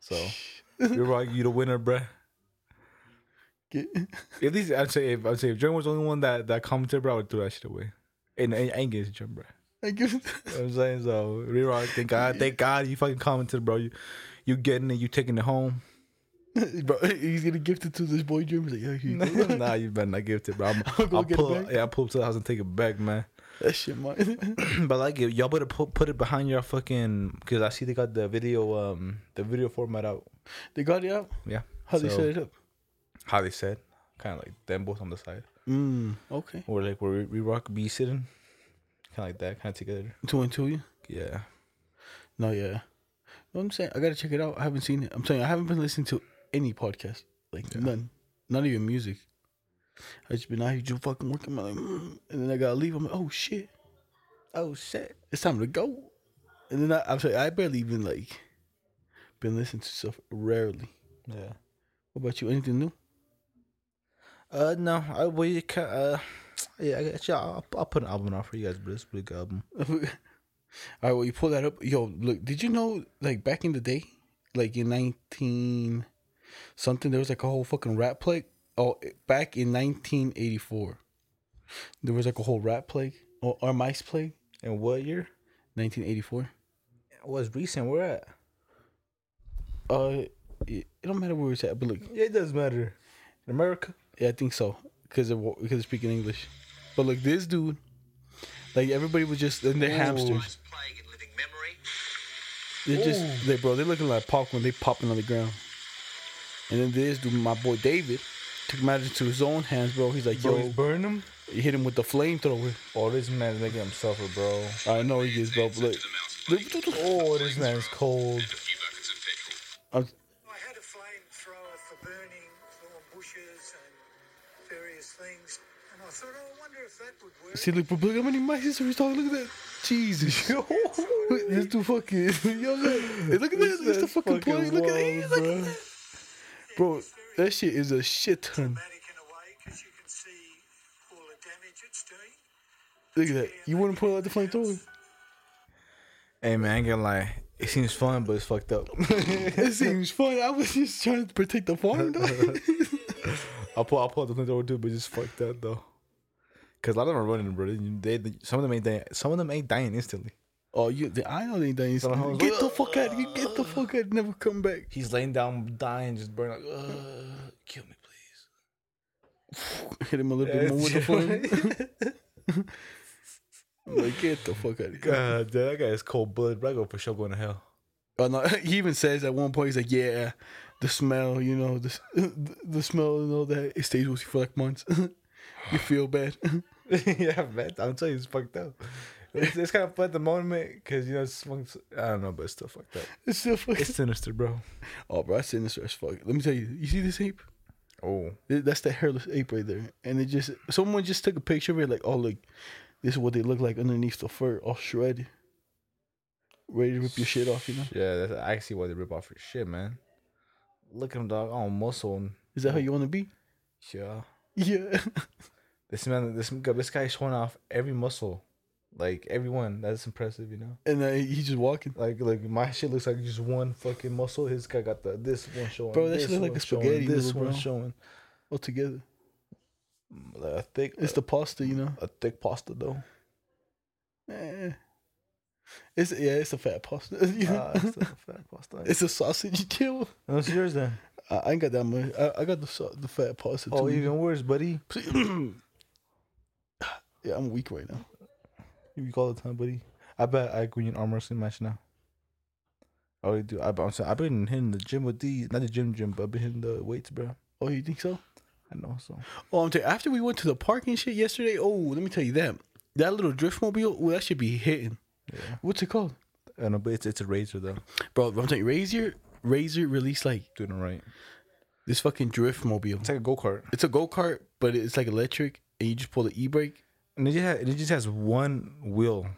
[SPEAKER 2] So re-rock, you the winner, bruh.
[SPEAKER 1] Get-
[SPEAKER 2] At least I'd say if I'd say if Jordan was the only one that that commented, bro, I would throw that shit away. And, and I ain't against Jordan, bro.
[SPEAKER 1] I give it.
[SPEAKER 2] You know what I'm saying so. Re-rock, thank God, thank God you fucking commented, bro. You you getting it, you taking it home.
[SPEAKER 1] Bro, he's gonna gift it to this boy Jim. He's like, yeah, here you go.
[SPEAKER 2] nah, you better not give it, to- bro. I'm,
[SPEAKER 1] I'll go
[SPEAKER 2] I'll
[SPEAKER 1] get it
[SPEAKER 2] pull,
[SPEAKER 1] back.
[SPEAKER 2] Yeah, I pull up to the house and take it back, man.
[SPEAKER 1] that shit, mine.
[SPEAKER 2] but like, if y'all better put, put it behind your fucking because I see they got the video, um, the video format out.
[SPEAKER 1] they got it out.
[SPEAKER 2] Yeah,
[SPEAKER 1] How they
[SPEAKER 2] So,
[SPEAKER 1] set it up?
[SPEAKER 2] How they said, kind of like them both on the side,
[SPEAKER 1] Mm, okay.
[SPEAKER 2] or like where we rock be sitting, kind of like that, kind of together.
[SPEAKER 1] Two and two, yeah.
[SPEAKER 2] Yeah,
[SPEAKER 1] No, yeah. No, I'm saying I gotta check it out. I haven't seen it. I'm telling you, I haven't been listening to any podcast, like none, not even music. I just been out here just fucking working. My, like, mm, and then I gotta leave. I'm like, oh shit, oh shit, it's time to go. And then I, I'm sorry, I barely even like been listening to stuff rarely.
[SPEAKER 2] yeah.
[SPEAKER 1] What about you? Anything new?
[SPEAKER 2] Uh, no, I we ca- uh, yeah, I got you. I'll, I'll put an album out for you guys, but it's a big album.
[SPEAKER 1] All right, well, you pull that up. Yo, look, did you know, like, back in the day, like in 19 something, there was like a whole fucking rat plague? Oh, back in 1984, there was like a whole rat plague or, or mice plague,
[SPEAKER 2] And what year?
[SPEAKER 1] 1984.
[SPEAKER 2] What's recent? Where at?
[SPEAKER 1] Uh, it, it don't matter where it's at, but look,
[SPEAKER 2] Yeah, it doesn't matter. In America.
[SPEAKER 1] yeah, I think so because of wa- because of speaking English. But look, this dude, like, everybody was just in their hamsters.
[SPEAKER 3] Worst plague in living memory.
[SPEAKER 1] They just they bro, they looking like popcorn. They popping on the ground. And then this dude, my boy David, took matters into his own hands, bro. He's like, yo,
[SPEAKER 2] burn them.
[SPEAKER 1] he hit him with the flamethrower.
[SPEAKER 2] Oh, this man's making him suffer, bro.
[SPEAKER 1] I know he is, bro. But look, look, look, Uh, look.
[SPEAKER 2] Oh, this man's cold.
[SPEAKER 1] I'm,
[SPEAKER 4] I had a flamethrower for burning thorn bushes and various things, and I thought, oh, I wonder if that would work.
[SPEAKER 1] see, look, look how many mice are talking. Look at that, Jesus, yo, this dude fucking, yo, look, look at this, it's the
[SPEAKER 2] man's
[SPEAKER 1] fucking
[SPEAKER 2] fucking
[SPEAKER 1] plane. Look at he's
[SPEAKER 2] wild,
[SPEAKER 1] like,
[SPEAKER 2] bro.
[SPEAKER 1] bro, that shit is a shit ton.
[SPEAKER 4] Dramatic in a way, because you can see all the damage it's doing.
[SPEAKER 1] Look at that. You wouldn't pull out the flamethrower.
[SPEAKER 2] Hey man, I ain't gonna lie. It seems fun, but it's fucked up.
[SPEAKER 1] It seems fun. I was just trying to protect the farm, though.
[SPEAKER 2] I'll pull, I'll pull out the things I would do, but it's fucked up though. Cause a lot of them are running, bro. They, they, some of them ain't dying. Some of them ain't dying instantly.
[SPEAKER 1] Oh, you! The, I know they done.
[SPEAKER 2] Somehow it's
[SPEAKER 1] Get
[SPEAKER 2] like,
[SPEAKER 1] the fuck out! You get the fuck out! Never come back.
[SPEAKER 2] He's laying down, dying, just burning. Like, uh, kill me, please.
[SPEAKER 1] Hit him a little bit more with the flame. like, get the fuck out! Of here.
[SPEAKER 2] God, dude, that guy is cold blood. Bro, I go for sure going to hell.
[SPEAKER 1] Oh, no, he even says at one point, he's like, "Yeah, the smell, you know, the the, the smell and all that. It stays with you for like months. you feel bad."
[SPEAKER 2] yeah, man. I'm telling you, it's fucked up. It's, it's kind of fun at the moment because you know it's fucked- I don't know, but it's still fucked up.
[SPEAKER 1] it's still fucking.
[SPEAKER 2] It's sinister, bro.
[SPEAKER 1] Oh, bro, I sinister as fuck. Let me tell you. You see this ape?
[SPEAKER 2] Oh,
[SPEAKER 1] Th- That's the hairless ape right there. And it just someone just took a picture of it, like, oh look, this is what they look like underneath the fur, all shredded, ready to rip your shit off. You know?
[SPEAKER 2] yeah. That's actually why they rip off your shit, man. Look at him, dog. All muscle. And,
[SPEAKER 1] Is that how you want to be?
[SPEAKER 2] yeah.
[SPEAKER 1] Yeah.
[SPEAKER 2] This man, this this guy showing off every muscle, like everyone. That's impressive, you know.
[SPEAKER 1] And then he's just walking.
[SPEAKER 2] Like like my shit looks like just one fucking muscle. His guy got the this one showing.
[SPEAKER 1] Bro, that
[SPEAKER 2] this
[SPEAKER 1] shit look like
[SPEAKER 2] one
[SPEAKER 1] a
[SPEAKER 2] showing,
[SPEAKER 1] spaghetti
[SPEAKER 2] This
[SPEAKER 1] noodle,
[SPEAKER 2] one
[SPEAKER 1] bro.
[SPEAKER 2] showing.
[SPEAKER 1] all together.
[SPEAKER 2] Like, a thick.
[SPEAKER 1] It's the pasta, you know.
[SPEAKER 2] a thick pasta though.
[SPEAKER 1] Eh. It's yeah, it's a fat pasta. you know?
[SPEAKER 2] Ah, it's a fat pasta.
[SPEAKER 1] it's a sausage kill.
[SPEAKER 2] What's yours then?
[SPEAKER 1] I, I ain't got that much. I, I got the sa- the fat pasta.
[SPEAKER 2] Oh,
[SPEAKER 1] too.
[SPEAKER 2] even worse, buddy.
[SPEAKER 1] yeah, I'm weak right now.
[SPEAKER 2] You weak all the time, buddy. I bet I could win an arm wrestling match now. I already do. I, I'm saying, I've been hitting the gym with these, not the gym gym, but I've been hitting the weights, bro.
[SPEAKER 1] Oh, you think so?
[SPEAKER 2] I know so.
[SPEAKER 1] Oh, I'm telling after we went to the park and shit yesterday. Oh, let me tell you that that little drift mobile. Well, that should be hitting.
[SPEAKER 2] Yeah.
[SPEAKER 1] What's it called,
[SPEAKER 2] I know, uh, but it's it's a razor though.
[SPEAKER 1] bro? I'm telling you, Razor Razor released like
[SPEAKER 2] Doing it right.
[SPEAKER 1] this fucking drift mobile.
[SPEAKER 2] It's like a go kart,
[SPEAKER 1] It's a go kart, but it's like electric, and you just pull the e brake,
[SPEAKER 2] and it just has, it just has one wheel.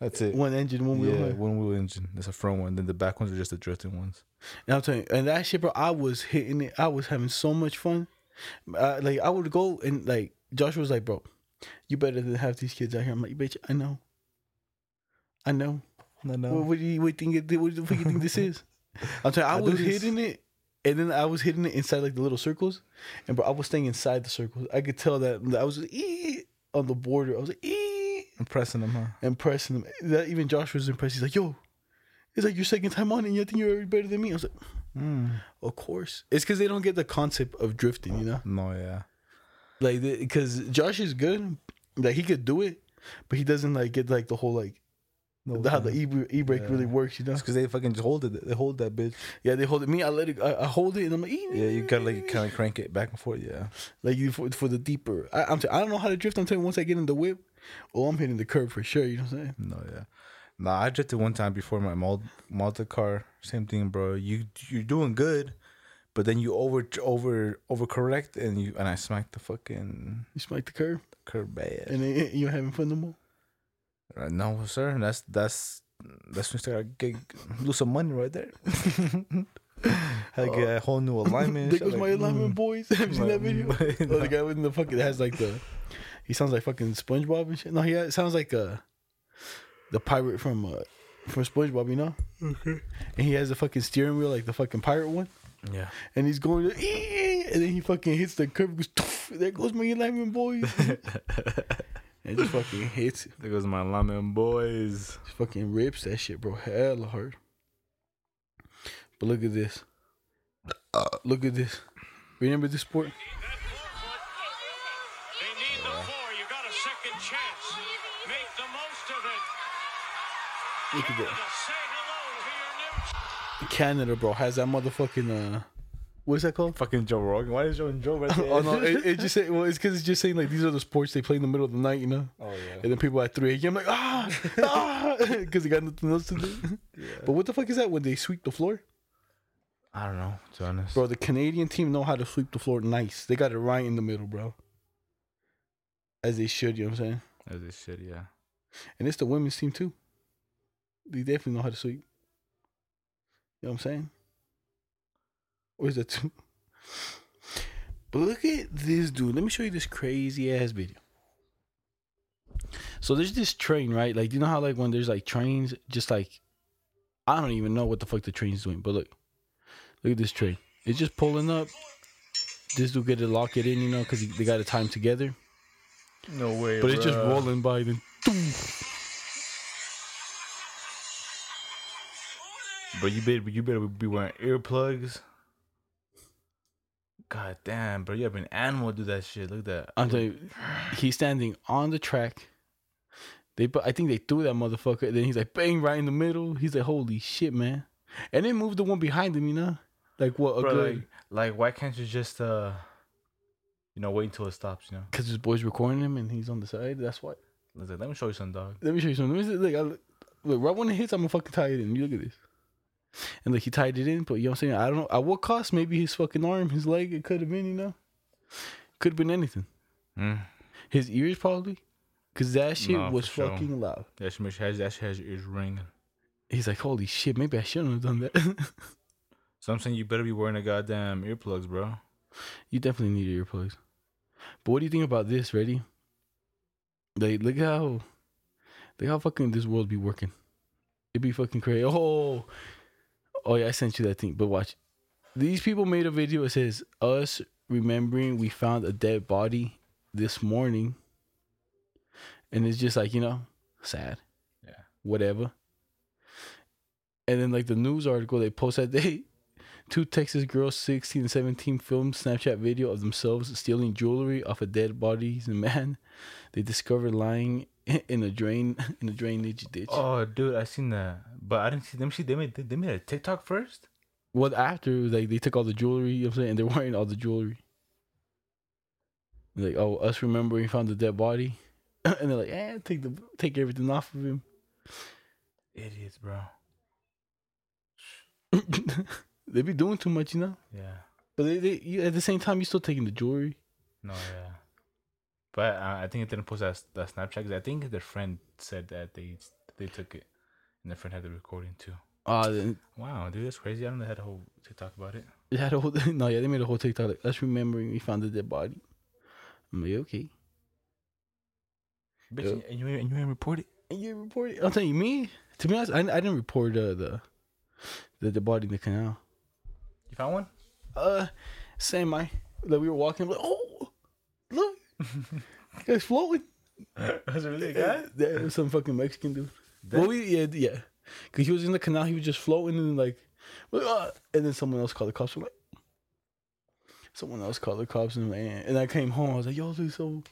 [SPEAKER 2] That's it.
[SPEAKER 1] one engine, one
[SPEAKER 2] yeah,
[SPEAKER 1] wheel.
[SPEAKER 2] one wheel engine. That's a front one. Then the back ones are just the drifting ones.
[SPEAKER 1] And I'm telling you, and that shit, bro, I was hitting it. I was having so much fun. Uh, like I would go and like Joshua was like, bro, you better than have these kids out here. I'm like, bitch, I know. I know.
[SPEAKER 2] No,
[SPEAKER 1] What, what do you what think? It, what do you think this is? I'm telling you, I,
[SPEAKER 2] I do
[SPEAKER 1] was
[SPEAKER 2] this.
[SPEAKER 1] hitting it, and then I was hitting it inside like the little circles, and bro, I was staying inside the circles. I could tell that that I was ee on the border. I was like, ee
[SPEAKER 2] I'm pressing them, huh?
[SPEAKER 1] and pressing them. That even Josh was impressed. He's like, yo, it's like your second time on, it, and you think you're already better than me. I was like,
[SPEAKER 2] Mm.
[SPEAKER 1] of course. It's because they don't get the concept of drifting, you know,
[SPEAKER 2] No, yeah.
[SPEAKER 1] like because Josh is good, like he could do it, but he doesn't like get like the whole like.
[SPEAKER 2] No,
[SPEAKER 1] How the e e brake really works, you know?
[SPEAKER 2] because they fucking just hold it. They hold that bitch.
[SPEAKER 1] Yeah, they hold it. Me, I let it. I, I hold it, and I'm like, "Ee."
[SPEAKER 2] Yeah, you gotta like kind of crank it back and forth. Yeah,
[SPEAKER 1] like you for, for the deeper. I, I'm. T- I don't know how to drift. I'm telling you, once I get in the whip, oh, I'm hitting the curb for sure. You know what I'm saying?
[SPEAKER 2] no, yeah. Nah, I drifted one time before my Mal- Malta car. Same thing, bro. You you're doing good, but then you over over overcorrect and you and I smacked the fucking
[SPEAKER 1] You smack the curb,
[SPEAKER 2] curb bad.
[SPEAKER 1] and then you're having fun no more.
[SPEAKER 2] Uh, No, sir. That's that's that's when I get lose some money right there. I get a whole new alignment.
[SPEAKER 1] Oh. There
[SPEAKER 2] shit,
[SPEAKER 1] goes my
[SPEAKER 2] like,
[SPEAKER 1] alignment, boys. Have you seen that video?
[SPEAKER 2] mm,
[SPEAKER 1] Oh, the guy with the fucking that has like the. He sounds like fucking SpongeBob and shit. No, he ha- sounds like uh, the pirate from uh, from SpongeBob. You know. Okay. And he has the fucking steering wheel like the fucking pirate one.
[SPEAKER 2] Yeah.
[SPEAKER 1] and he's going, "Eh," and then he fucking hits the curb. Goes, "Tuff," there goes my eleven boys. and just fucking hits, it.
[SPEAKER 2] There goes my alignment, boys.
[SPEAKER 1] just fucking rips that shit, bro. Hella hard. But look at this. Uh, Look at this. Remember this sport?
[SPEAKER 3] They need the four. You got a second chance. Make the most of it.
[SPEAKER 1] Look at that.
[SPEAKER 3] Canada, say hello to your new
[SPEAKER 1] Canada, bro, has that motherfucking uh, what is that called?
[SPEAKER 2] Fucking Joe Rogan. Why is Joe and Joe right there?
[SPEAKER 1] Oh no, it, it just say, well, it's because it's just saying like these are the sports they play in the middle of the night, you know.
[SPEAKER 2] Oh, yeah.
[SPEAKER 1] And then people at three a.m. like ah ah because they got nothing else to do. But what the fuck is that when they sweep the floor?
[SPEAKER 2] I don't know. To be honest,
[SPEAKER 1] Bro, the Canadian team know how to sweep the floor nice. They got it right in the middle, bro. As they should, you know what I'm saying?
[SPEAKER 2] as it should. Yeah.
[SPEAKER 1] And it's the women's team too. They definitely know how to sweep. You know what I'm saying? Or is that two? But look at this dude. Let me show you this crazy ass video. So there's this train, right? Like, you know how like when there's like trains, just like I don't even know what the fuck the train's doing, but look. Look at this train. It's just pulling up. This dude get to lock it in, you know, because they got a time together.
[SPEAKER 2] No way.
[SPEAKER 1] But it's just rolling by then.
[SPEAKER 2] But you better you better be wearing earplugs. God damn, bro! You have an animal do that shit. Look at that.
[SPEAKER 1] I'm telling you, he's standing on the track. They, bu- I think they threw that motherfucker. Then he's like, bang, right in the middle. He's like, holy shit, man! And they moved the one behind him, you know, like what a
[SPEAKER 2] Bro,
[SPEAKER 1] good
[SPEAKER 2] like, like, why can't you just uh, you know, wait until it stops? You know,
[SPEAKER 1] because his boy's recording him and he's on the side. That's why.
[SPEAKER 2] I was like, let me show you some dog.
[SPEAKER 1] Let me show you something. Let me see, look, I, look, look, right when it hits, I'm gonna fucking tie it in. You look at this. And like he tied it in, but you know what I'm saying? I don't know at what cost. Maybe his fucking arm, his leg. It could have been, you know, could have been anything. Hmm.
[SPEAKER 2] Mm.
[SPEAKER 1] His ears probably, because that shit
[SPEAKER 2] Nah, for
[SPEAKER 1] was
[SPEAKER 2] sure.
[SPEAKER 1] fucking loud.
[SPEAKER 2] That shit makes- has that shit has your ears ringing.
[SPEAKER 1] He's like, holy shit, maybe I shouldn't have done that.
[SPEAKER 2] So I'm saying you better be wearing the goddamn earplugs, bro.
[SPEAKER 1] you definitely need earplugs. But what do you think about this? Ready? Like, look how, look how fucking this world be working. It'd be fucking crazy. Oh, oh yeah, I sent you that thing. But watch, these people made a video. It says us remembering we found a dead body this morning, and it's just like you know, sad.
[SPEAKER 2] Yeah.
[SPEAKER 1] Whatever. And then like the news article they post that day, two Texas girls, 16 and 17, filmed Snapchat video of themselves stealing jewelry off a dead body and man they discovered lying in a drain in a drainage ditch.
[SPEAKER 2] Oh, dude, I seen that, but I didn't see them. See, they made they made a TikTok first.
[SPEAKER 1] Well, after it was like they took all the jewelry, you know what I'm saying, and they're wearing all the jewelry. Like, oh, us remembering we found the dead body, and they're like, eh, take the take everything off of him.
[SPEAKER 2] Idiots, bro.
[SPEAKER 1] they be doing too much, you know.
[SPEAKER 2] Yeah.
[SPEAKER 1] But they, they you, at the same time, you still taking the jewelry.
[SPEAKER 2] No, yeah. But uh, I think it didn't post that that Snapchat because I think their friend said that they they took it, and their friend had the recording too.
[SPEAKER 1] Ah, then
[SPEAKER 2] Wow, dude, that's crazy. I don't know how to whole TikTok about it.
[SPEAKER 1] they had a whole no, yeah, they made a whole TikTok like us remembering we found the dead body. I'm like, okay,
[SPEAKER 2] Bitch,
[SPEAKER 1] Yeah.
[SPEAKER 2] and- and you ain't- and you ain't report it.
[SPEAKER 1] and you report it. I'm telling you, me to be honest, I, I didn't report uh, the the dead body in the canal.
[SPEAKER 2] You found one?
[SPEAKER 1] uh same I that we were walking like oh look it's floating
[SPEAKER 2] That's really
[SPEAKER 1] yeah
[SPEAKER 2] good.
[SPEAKER 1] that was some fucking Mexican dude well we yeah yeah because he was in the canal he was just floating and like "Ah," and then someone else called the cops I'm like someone else called the cops and man and I came home I was like yo dude so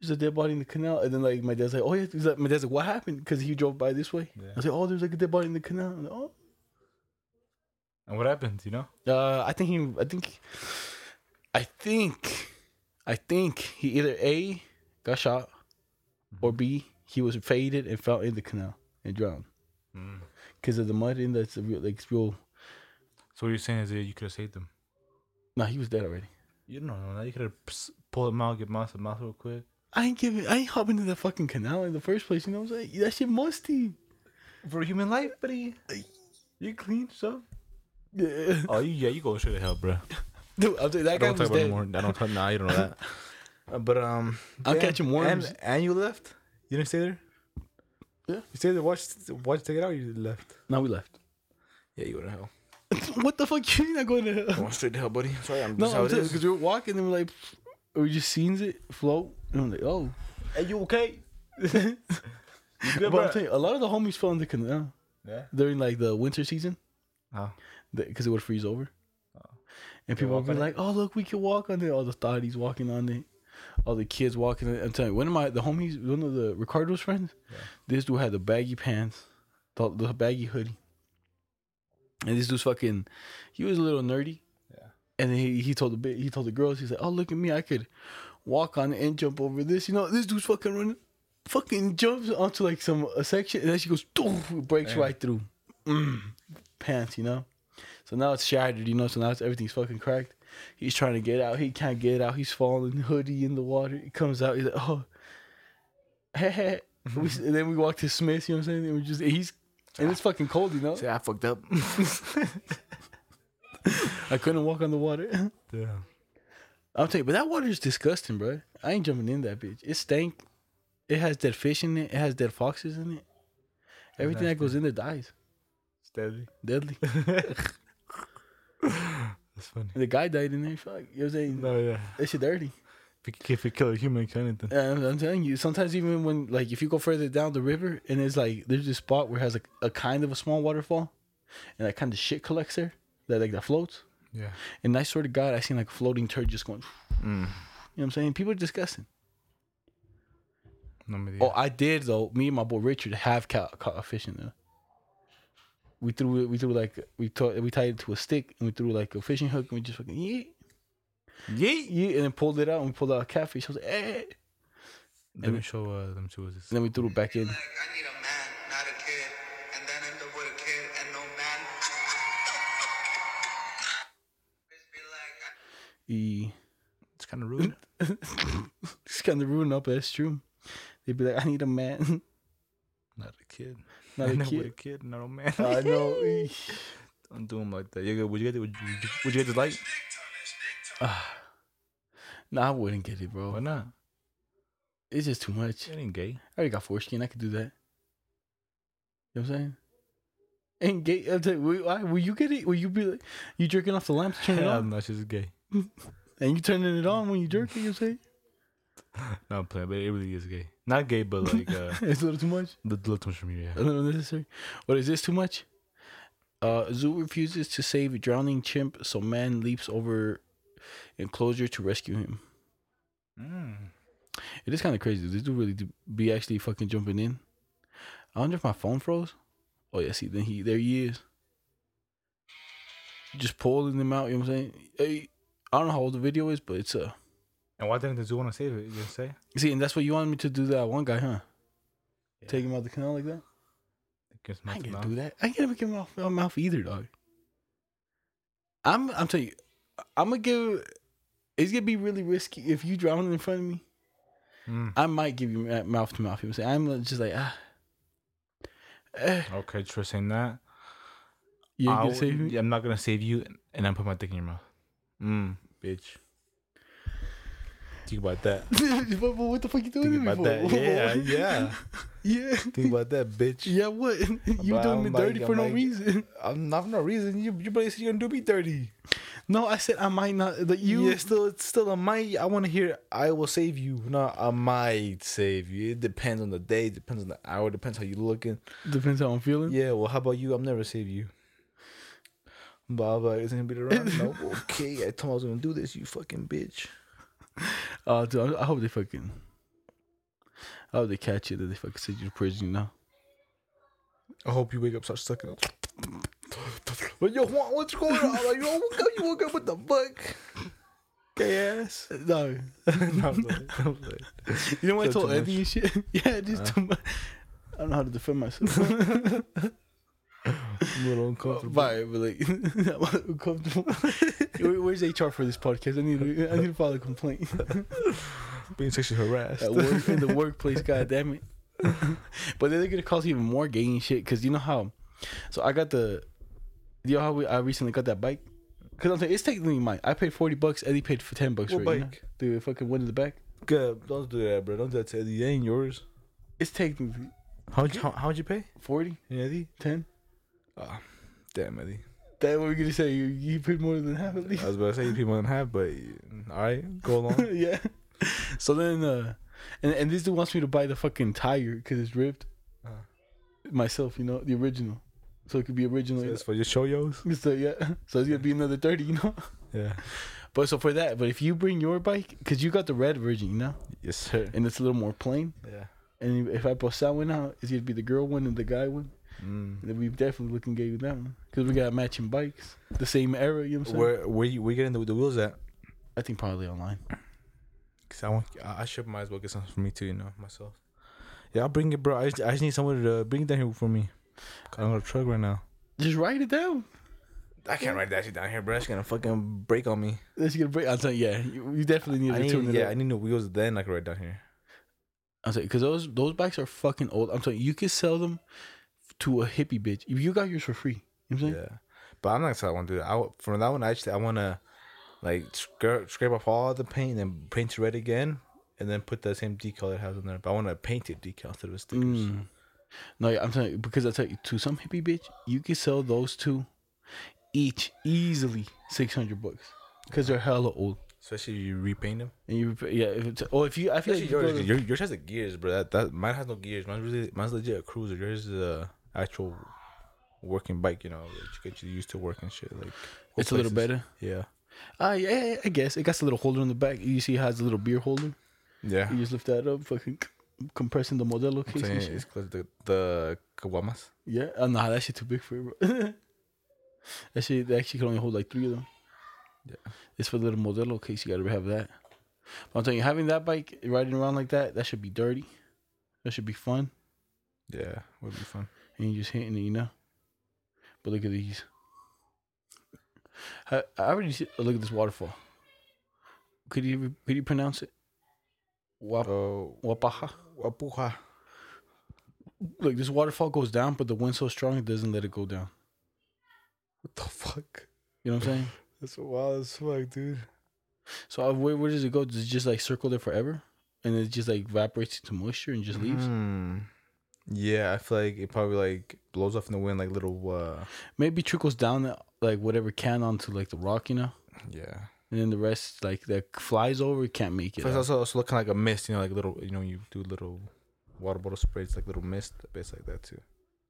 [SPEAKER 1] there's a dead body in the canal and then like my dad's like oh yeah he's like my dad's like what happened because he drove by this way
[SPEAKER 2] Yeah.
[SPEAKER 1] I was like oh there's like a dead body in the canal I'm like, oh
[SPEAKER 2] And what happened? You know?
[SPEAKER 1] Uh, I think he. I think. I think. I think he either a got shot, or b he was faded and fell in the canal and drowned
[SPEAKER 2] Mm.
[SPEAKER 1] because of the mud in that's a real like it's real.
[SPEAKER 2] So what you're saying is that you could have saved them.
[SPEAKER 1] No, he was dead already.
[SPEAKER 2] You don't know. You could have pulled them out, get mouth to mouth real quick.
[SPEAKER 1] I ain't giving. I ain't hopping into the fucking canal in the first place. You know what I'm saying? That shit musty.
[SPEAKER 2] For human life, buddy. You clean stuff.
[SPEAKER 1] Yeah.
[SPEAKER 2] Oh, you, yeah, you go straight to hell, bro.
[SPEAKER 1] Dude, I'm saying that guy
[SPEAKER 2] don't
[SPEAKER 1] was
[SPEAKER 2] talk about
[SPEAKER 1] dead.
[SPEAKER 2] it more. I don't talk. Nah, you don't know that. Uh, but um,
[SPEAKER 1] I'll
[SPEAKER 2] damn.
[SPEAKER 1] catch 'em worms.
[SPEAKER 2] And, and you left. You didn't stay there.
[SPEAKER 1] Yeah.
[SPEAKER 2] You stayed there. Watch, watch, take it out. You left.
[SPEAKER 1] Now we left.
[SPEAKER 2] Yeah, you go to hell.
[SPEAKER 1] what the fuck? You not going to hell?
[SPEAKER 2] Going straight to hell, buddy. Sorry, I'm
[SPEAKER 1] No, I'm because we were walking and we're like, we just seen it float, and I'm like, oh.
[SPEAKER 2] Are you okay? you good,
[SPEAKER 1] But I'm telling you, a lot of the homies fell in the canal
[SPEAKER 2] Yeah.
[SPEAKER 1] during like the winter season
[SPEAKER 2] Oh.
[SPEAKER 1] because it would freeze over. And people
[SPEAKER 2] walk
[SPEAKER 1] would be
[SPEAKER 2] on it?
[SPEAKER 1] like, "Oh, look, we can walk on it." All the thotties walking on it, all the kids walking. On it. I'm telling you, one of my the homies, one of the Ricardo's friends, this dude had the baggy pants, the, the baggy hoodie, and this dude's fucking, he was a little nerdy.
[SPEAKER 2] Yeah.
[SPEAKER 1] And then he, he told the bi- he told the girls, he's like, "Oh, look at me, I could walk on it and jump over this." You know, this dude's fucking running, fucking jumps onto like some a section, and then she goes, "Doof," breaks right through, mm, pants. You know. So now it's shattered, you know. So now it's, everything's fucking cracked. He's trying to get out. He can't get out. He's falling, hoodie in the water. He comes out. He's like, oh, heh heh. We, and then we walk to Smith's, you know what I'm saying? And we just, he's, and it's fucking cold, you know?
[SPEAKER 2] See, I fucked up.
[SPEAKER 1] I couldn't walk on the water.
[SPEAKER 2] Damn.
[SPEAKER 1] I'll tell you, but that water is disgusting, bro. I ain't jumping in that bitch. It stank. It has dead fish in it. It has dead foxes in it. Everything that goes in there dies.
[SPEAKER 2] Steady.
[SPEAKER 1] Deadly.
[SPEAKER 2] That's funny.
[SPEAKER 1] And the guy died in there. Fuck. You know what I'm saying?
[SPEAKER 2] No, yeah.
[SPEAKER 1] That shit dirty.
[SPEAKER 2] If you, if you kill a human, kill anything.
[SPEAKER 1] And I'm telling you, sometimes even when like if you go further down the river and it's like there's this spot where it has like a kind of a small waterfall, and that kind of shit collects there that like that floats.
[SPEAKER 2] Yeah.
[SPEAKER 1] And I swear to God, I seen like a floating turd just going.
[SPEAKER 2] Mm.
[SPEAKER 1] You know what I'm saying? People are disgusting.
[SPEAKER 2] No, but yeah.
[SPEAKER 1] Oh, I did though. Me and my boy Richard have caught, caught a fish in there. We threw it. We threw like we t- we tied it to a stick and we threw like a fishing hook and we just fucking yeah
[SPEAKER 2] Yeet.
[SPEAKER 1] yeah and then pulled it out and we pulled out a catfish. I was like, eh.
[SPEAKER 2] Let me show uh, them two. What this?
[SPEAKER 1] And then we threw it back in.
[SPEAKER 5] Like, I need a man, not a kid. And then end up with a kid and no man. Just be like, I-
[SPEAKER 1] E.
[SPEAKER 2] It's kind of rude.
[SPEAKER 1] It's kind of ruined up. That's true. They'd be like, I need a man,
[SPEAKER 2] Not a kid.
[SPEAKER 1] not a
[SPEAKER 2] Mm-hmm. Not
[SPEAKER 1] kid.
[SPEAKER 2] with kid. Not a man.
[SPEAKER 1] I know. eh.
[SPEAKER 2] Don't do him like that. You would you get? Would you, would you get this light?
[SPEAKER 1] Nah, I wouldn't get it,
[SPEAKER 2] Why
[SPEAKER 1] bro.
[SPEAKER 2] not?
[SPEAKER 1] It's just too much. I
[SPEAKER 2] It ain't gay.
[SPEAKER 1] already got foreskin. I could do that. You know what I'm saying? And gay, I'm telling you, will, I- will you get it? Will you be like, you jerking off the lamp to turn it
[SPEAKER 2] Hell
[SPEAKER 1] on?
[SPEAKER 2] no, she's gay.
[SPEAKER 1] And you turning it on when you jerk it, you know what I'm
[SPEAKER 2] No, I'm playing, but it really is gay. Not gay, but like uh,
[SPEAKER 1] saying? It's a little too much.
[SPEAKER 2] the little too much for me.
[SPEAKER 1] A
[SPEAKER 2] Yeah.
[SPEAKER 1] little unnecessary. What is this too much? Uh, zoo refuses to save drowning chimp, so
[SPEAKER 2] Mm.
[SPEAKER 1] man leaps over enclosure to rescue him. It is kind of crazy. This dude really do be actually fucking jumping in. I wonder if my phone froze. Oh yeah, see, then he there he is. Just pulling them out. You know what I'm saying? Hey, I don't know how old the video is, but it's uh.
[SPEAKER 2] And why didn't the zoo want to save it? You didn't say?
[SPEAKER 1] See, and that's what you wanted me to do. to That one guy, huh?
[SPEAKER 2] Yeah.
[SPEAKER 1] Take him out the canal like that.
[SPEAKER 2] It gets
[SPEAKER 1] I
[SPEAKER 2] nothing
[SPEAKER 1] can't
[SPEAKER 2] off.
[SPEAKER 1] do that. I can't even give him off my mouth either, dog. I'm I'm telling you, I'm gonna give. It's gonna be really risky if you drowning in front of me.
[SPEAKER 2] Mm.
[SPEAKER 1] I might give you ma- mouth to mouth. You know what I'm saying? I'm just like ah. Eh,
[SPEAKER 2] Okay, Trish saying that.
[SPEAKER 1] you ain't
[SPEAKER 2] I
[SPEAKER 1] gonna
[SPEAKER 2] w-
[SPEAKER 1] save me,
[SPEAKER 2] yeah, I'm not gonna save you, and I'm putting my dick in your mouth. Mm, bitch. Think about that.
[SPEAKER 1] But- but what the fuck you doing
[SPEAKER 2] Think
[SPEAKER 1] to me
[SPEAKER 2] about
[SPEAKER 1] for?
[SPEAKER 2] that. Yeah, yeah.
[SPEAKER 1] yeah,
[SPEAKER 2] Think about that, bitch.
[SPEAKER 1] yeah. What you
[SPEAKER 2] But
[SPEAKER 1] doing me
[SPEAKER 2] I'm
[SPEAKER 1] dirty
[SPEAKER 2] like-
[SPEAKER 1] for
[SPEAKER 2] I'm
[SPEAKER 1] no
[SPEAKER 2] like-
[SPEAKER 1] reason?
[SPEAKER 2] I'm not for no reason. You, you basically gonna do me dirty.
[SPEAKER 1] No, I said I might not. That
[SPEAKER 2] You
[SPEAKER 1] you.
[SPEAKER 2] yeah, still, it's still a might. I want to hear. I will save you. No, I might save you. It depends on the day. Depends on the hour. Depends how you looking.
[SPEAKER 1] Depends how I'm feeling.
[SPEAKER 2] Yeah. Well, how about you? I'm never save you. Blah blah. It's gonna be the round. no. Okay. I told him I was gonna do this. You fucking bitch.
[SPEAKER 1] Oh, dude, I I hope they fucking. I hope they catch you that they fucking send you to prison, you know?
[SPEAKER 2] I hope you wake up, start sucking up. But yo, Juan, what's going on? Like, yo, woke up, you woke up with the fuck? Gay ass.
[SPEAKER 1] Uh, No.
[SPEAKER 2] No, I'm playing, I'm playing.
[SPEAKER 1] You know what I
[SPEAKER 2] So
[SPEAKER 1] told
[SPEAKER 2] too
[SPEAKER 1] Eddie and shit? yeah,
[SPEAKER 2] Uh-huh.
[SPEAKER 1] just too much. I don't know how to defend myself. But
[SPEAKER 2] I'm a little uncomfortable.
[SPEAKER 1] but like, I'm uncomfortable. Where- Where's HR for this podcast? I need to, I need to file a complaint.
[SPEAKER 2] Being sexually harassed.
[SPEAKER 1] At work, in the workplace, god damn it. but then they're gonna cause even more gay and shit, cause you know how. So I got the, you know how we, I recently got that bike, cause I'm saying it's technically mine. I paid forty bucks, Eddie paid for ten bucks
[SPEAKER 2] What
[SPEAKER 1] for it. you know?
[SPEAKER 2] bike?
[SPEAKER 1] The fucking one in the back.
[SPEAKER 2] Good. Don't do that, bro. Don't do that to Eddie. It ain't yours.
[SPEAKER 1] It's technically
[SPEAKER 2] How'd you, how, how'd you pay?
[SPEAKER 1] 40,
[SPEAKER 2] Eddie?
[SPEAKER 1] 10.
[SPEAKER 2] Damn, Eddie.
[SPEAKER 1] That what we're gonna say. You, you paid more than half at least.
[SPEAKER 2] I was about to say you people don't have, but alright, go along.
[SPEAKER 1] yeah. So then, uh, and and this dude wants me to buy the fucking tire because it's ripped. Myself, you know, the original, so it could be original.
[SPEAKER 2] That's for your show yos.
[SPEAKER 1] So yeah, so it's gonna be another thirty, you know.
[SPEAKER 2] Yeah.
[SPEAKER 1] But so for that, but if you bring your bike, cause you got the red version, you know,
[SPEAKER 2] Yes, sir.
[SPEAKER 1] and it's a little more plain.
[SPEAKER 2] Yeah.
[SPEAKER 1] And if I bust that one out, it's gonna be the girl one and the guy one. And
[SPEAKER 2] Mm.
[SPEAKER 1] then we definitely looking gay with that one, cause we got matching bikes, the same era. You know what I'm saying?
[SPEAKER 2] Where where you where you getting the, the wheels at?
[SPEAKER 1] I think probably online.
[SPEAKER 2] Cause I want, I I should might as well get something for me too, you know, myself. Yeah, I'll bring it, bro. I just, I just need someone to bring it down here for me. i I'm on a truck right now.
[SPEAKER 1] Just write it down.
[SPEAKER 2] I can't ride that shit down here, bro. That's gonna fucking break on me.
[SPEAKER 1] That's gonna break. I'm saying, yeah, you, you definitely need
[SPEAKER 2] I
[SPEAKER 1] to tune
[SPEAKER 2] need,
[SPEAKER 1] it
[SPEAKER 2] yeah,
[SPEAKER 1] up.
[SPEAKER 2] I need new wheels. Then I can ride down here.
[SPEAKER 1] I'm saying because those those bikes are fucking old. I'm telling you, you could sell them to a hippie bitch. If you got yours for free, you know what I'm saying.
[SPEAKER 2] Yeah, but I'm not excited. I want to do that. I wa- for that one, actually, I want to like scrape, scrape off all the paint and paint it red again, and then put that same decal it has on there. But I want to paint it decal instead of the stickers.
[SPEAKER 1] Mm. No, yeah, I'm telling you because I tell you to some hippie bitch, you could sell those two each easily six hundred bucks because they're hella old.
[SPEAKER 2] Especially if you repaint them.
[SPEAKER 1] And you, yeah, if it's, or if you, I feel like
[SPEAKER 2] Especially
[SPEAKER 1] you
[SPEAKER 2] yours, 'cause
[SPEAKER 1] go to-
[SPEAKER 2] your, yours has the gears, bro. That, that mine has no gears. Mine's really mine's legit a cruiser. Yours is a actual working bike. You know, that you get you used to work and shit. Like go
[SPEAKER 1] it's a little
[SPEAKER 2] places.
[SPEAKER 1] better.
[SPEAKER 2] Yeah,
[SPEAKER 1] Ah, yeah, yeah, I guess it got a little holder in the back. You see, it has a little beer holder.
[SPEAKER 2] yeah.
[SPEAKER 1] You just lift that up, fucking compressing the Modelo
[SPEAKER 2] I'm
[SPEAKER 1] case.
[SPEAKER 2] saying
[SPEAKER 1] and shit.
[SPEAKER 2] it's close to the Kawamas.
[SPEAKER 1] Yeah, uh, nah, that shit too big for you, bro. that shit they actually can only hold like three of them.
[SPEAKER 2] Yeah.
[SPEAKER 1] It's for the little Modelo case. You gotta have that. But I'm telling you, having that bike riding around like that, that should be dirty. That should be fun,
[SPEAKER 2] Yeah, would be fun.
[SPEAKER 1] and you just hitting it, you know. But look at these. I, I already see, oh, look at this waterfall. Could you could you pronounce it? Wap,
[SPEAKER 2] Oh,
[SPEAKER 1] Wapaha.
[SPEAKER 2] Wapuha.
[SPEAKER 1] Look, this waterfall goes down, but the wind's so strong it doesn't let it go down.
[SPEAKER 2] What the fuck?
[SPEAKER 1] You know what I'm saying?
[SPEAKER 2] That's wild as fuck, dude.
[SPEAKER 1] So uh, where, where does it go? Does it just like circle there forever, and it just like evaporates into moisture and just leaves?
[SPEAKER 2] Hmm. Yeah, I feel like it probably like blows off in the wind like little. uh
[SPEAKER 1] Maybe trickles down uh, like whatever can onto like the rock, you know,
[SPEAKER 2] Yeah.
[SPEAKER 1] and then the rest like that flies over can't make it.
[SPEAKER 2] But it's
[SPEAKER 1] out.
[SPEAKER 2] also, also looking like a mist, you know, like little, you know, you do little water bottle sprays, like little mist, bits like that too.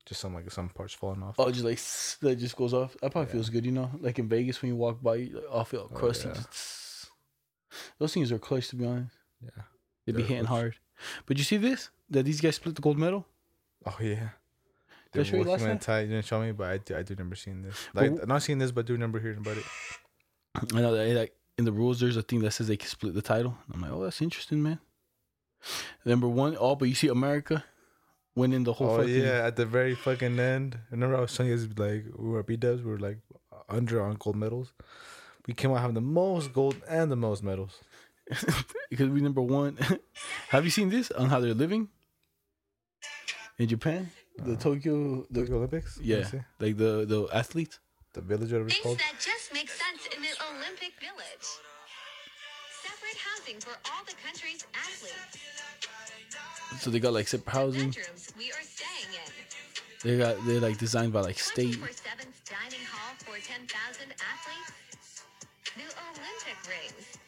[SPEAKER 2] Just some like some parts falling off.
[SPEAKER 1] Oh, just like s- that just goes off. That probably feels good, you know. Like in Vegas when you Oh, walk by, you like, all feel crusty.
[SPEAKER 2] yeah.
[SPEAKER 1] just tss. Those things are clutch, to be honest.
[SPEAKER 2] Yeah.
[SPEAKER 1] They be
[SPEAKER 2] Yeah,
[SPEAKER 1] hitting
[SPEAKER 2] oops.
[SPEAKER 1] hard. But you see this? That these guys split the gold medal?
[SPEAKER 2] Oh yeah.
[SPEAKER 1] Did I
[SPEAKER 2] The
[SPEAKER 1] show you last
[SPEAKER 2] Wolfman
[SPEAKER 1] night?
[SPEAKER 2] tie you didn't show me, but I do, I do remember seeing this. Like
[SPEAKER 1] w-
[SPEAKER 2] I'm not seeing this, but I do remember hearing about it.
[SPEAKER 1] I know that like in the rules there's a thing that says they can split the title. I'm like, oh, that's interesting, man. Number one, all but you see America winning the whole
[SPEAKER 2] Oh
[SPEAKER 1] fucking
[SPEAKER 2] yeah, at the very fucking end. Remember I was telling you guys like we were B dubs, we were like under on gold medals. We came out having the most gold and the most medals.
[SPEAKER 1] because we number one. Have you seen this on how they're living in Japan? The Tokyo,
[SPEAKER 2] The
[SPEAKER 1] the
[SPEAKER 2] Olympics? Let me
[SPEAKER 1] yeah,
[SPEAKER 2] Uh-huh. see.
[SPEAKER 1] like the the athletes.
[SPEAKER 2] The village whatever it's
[SPEAKER 6] Things
[SPEAKER 2] called.
[SPEAKER 6] that just make sense in an Olympic village. Separate housing for all the country's athletes.
[SPEAKER 1] So they got like separate housing.
[SPEAKER 6] Bedrooms we are staying in.
[SPEAKER 1] They got they're like designed by like state.
[SPEAKER 6] 24/7 dining hall for 10,000 athletes. New Olympic rings.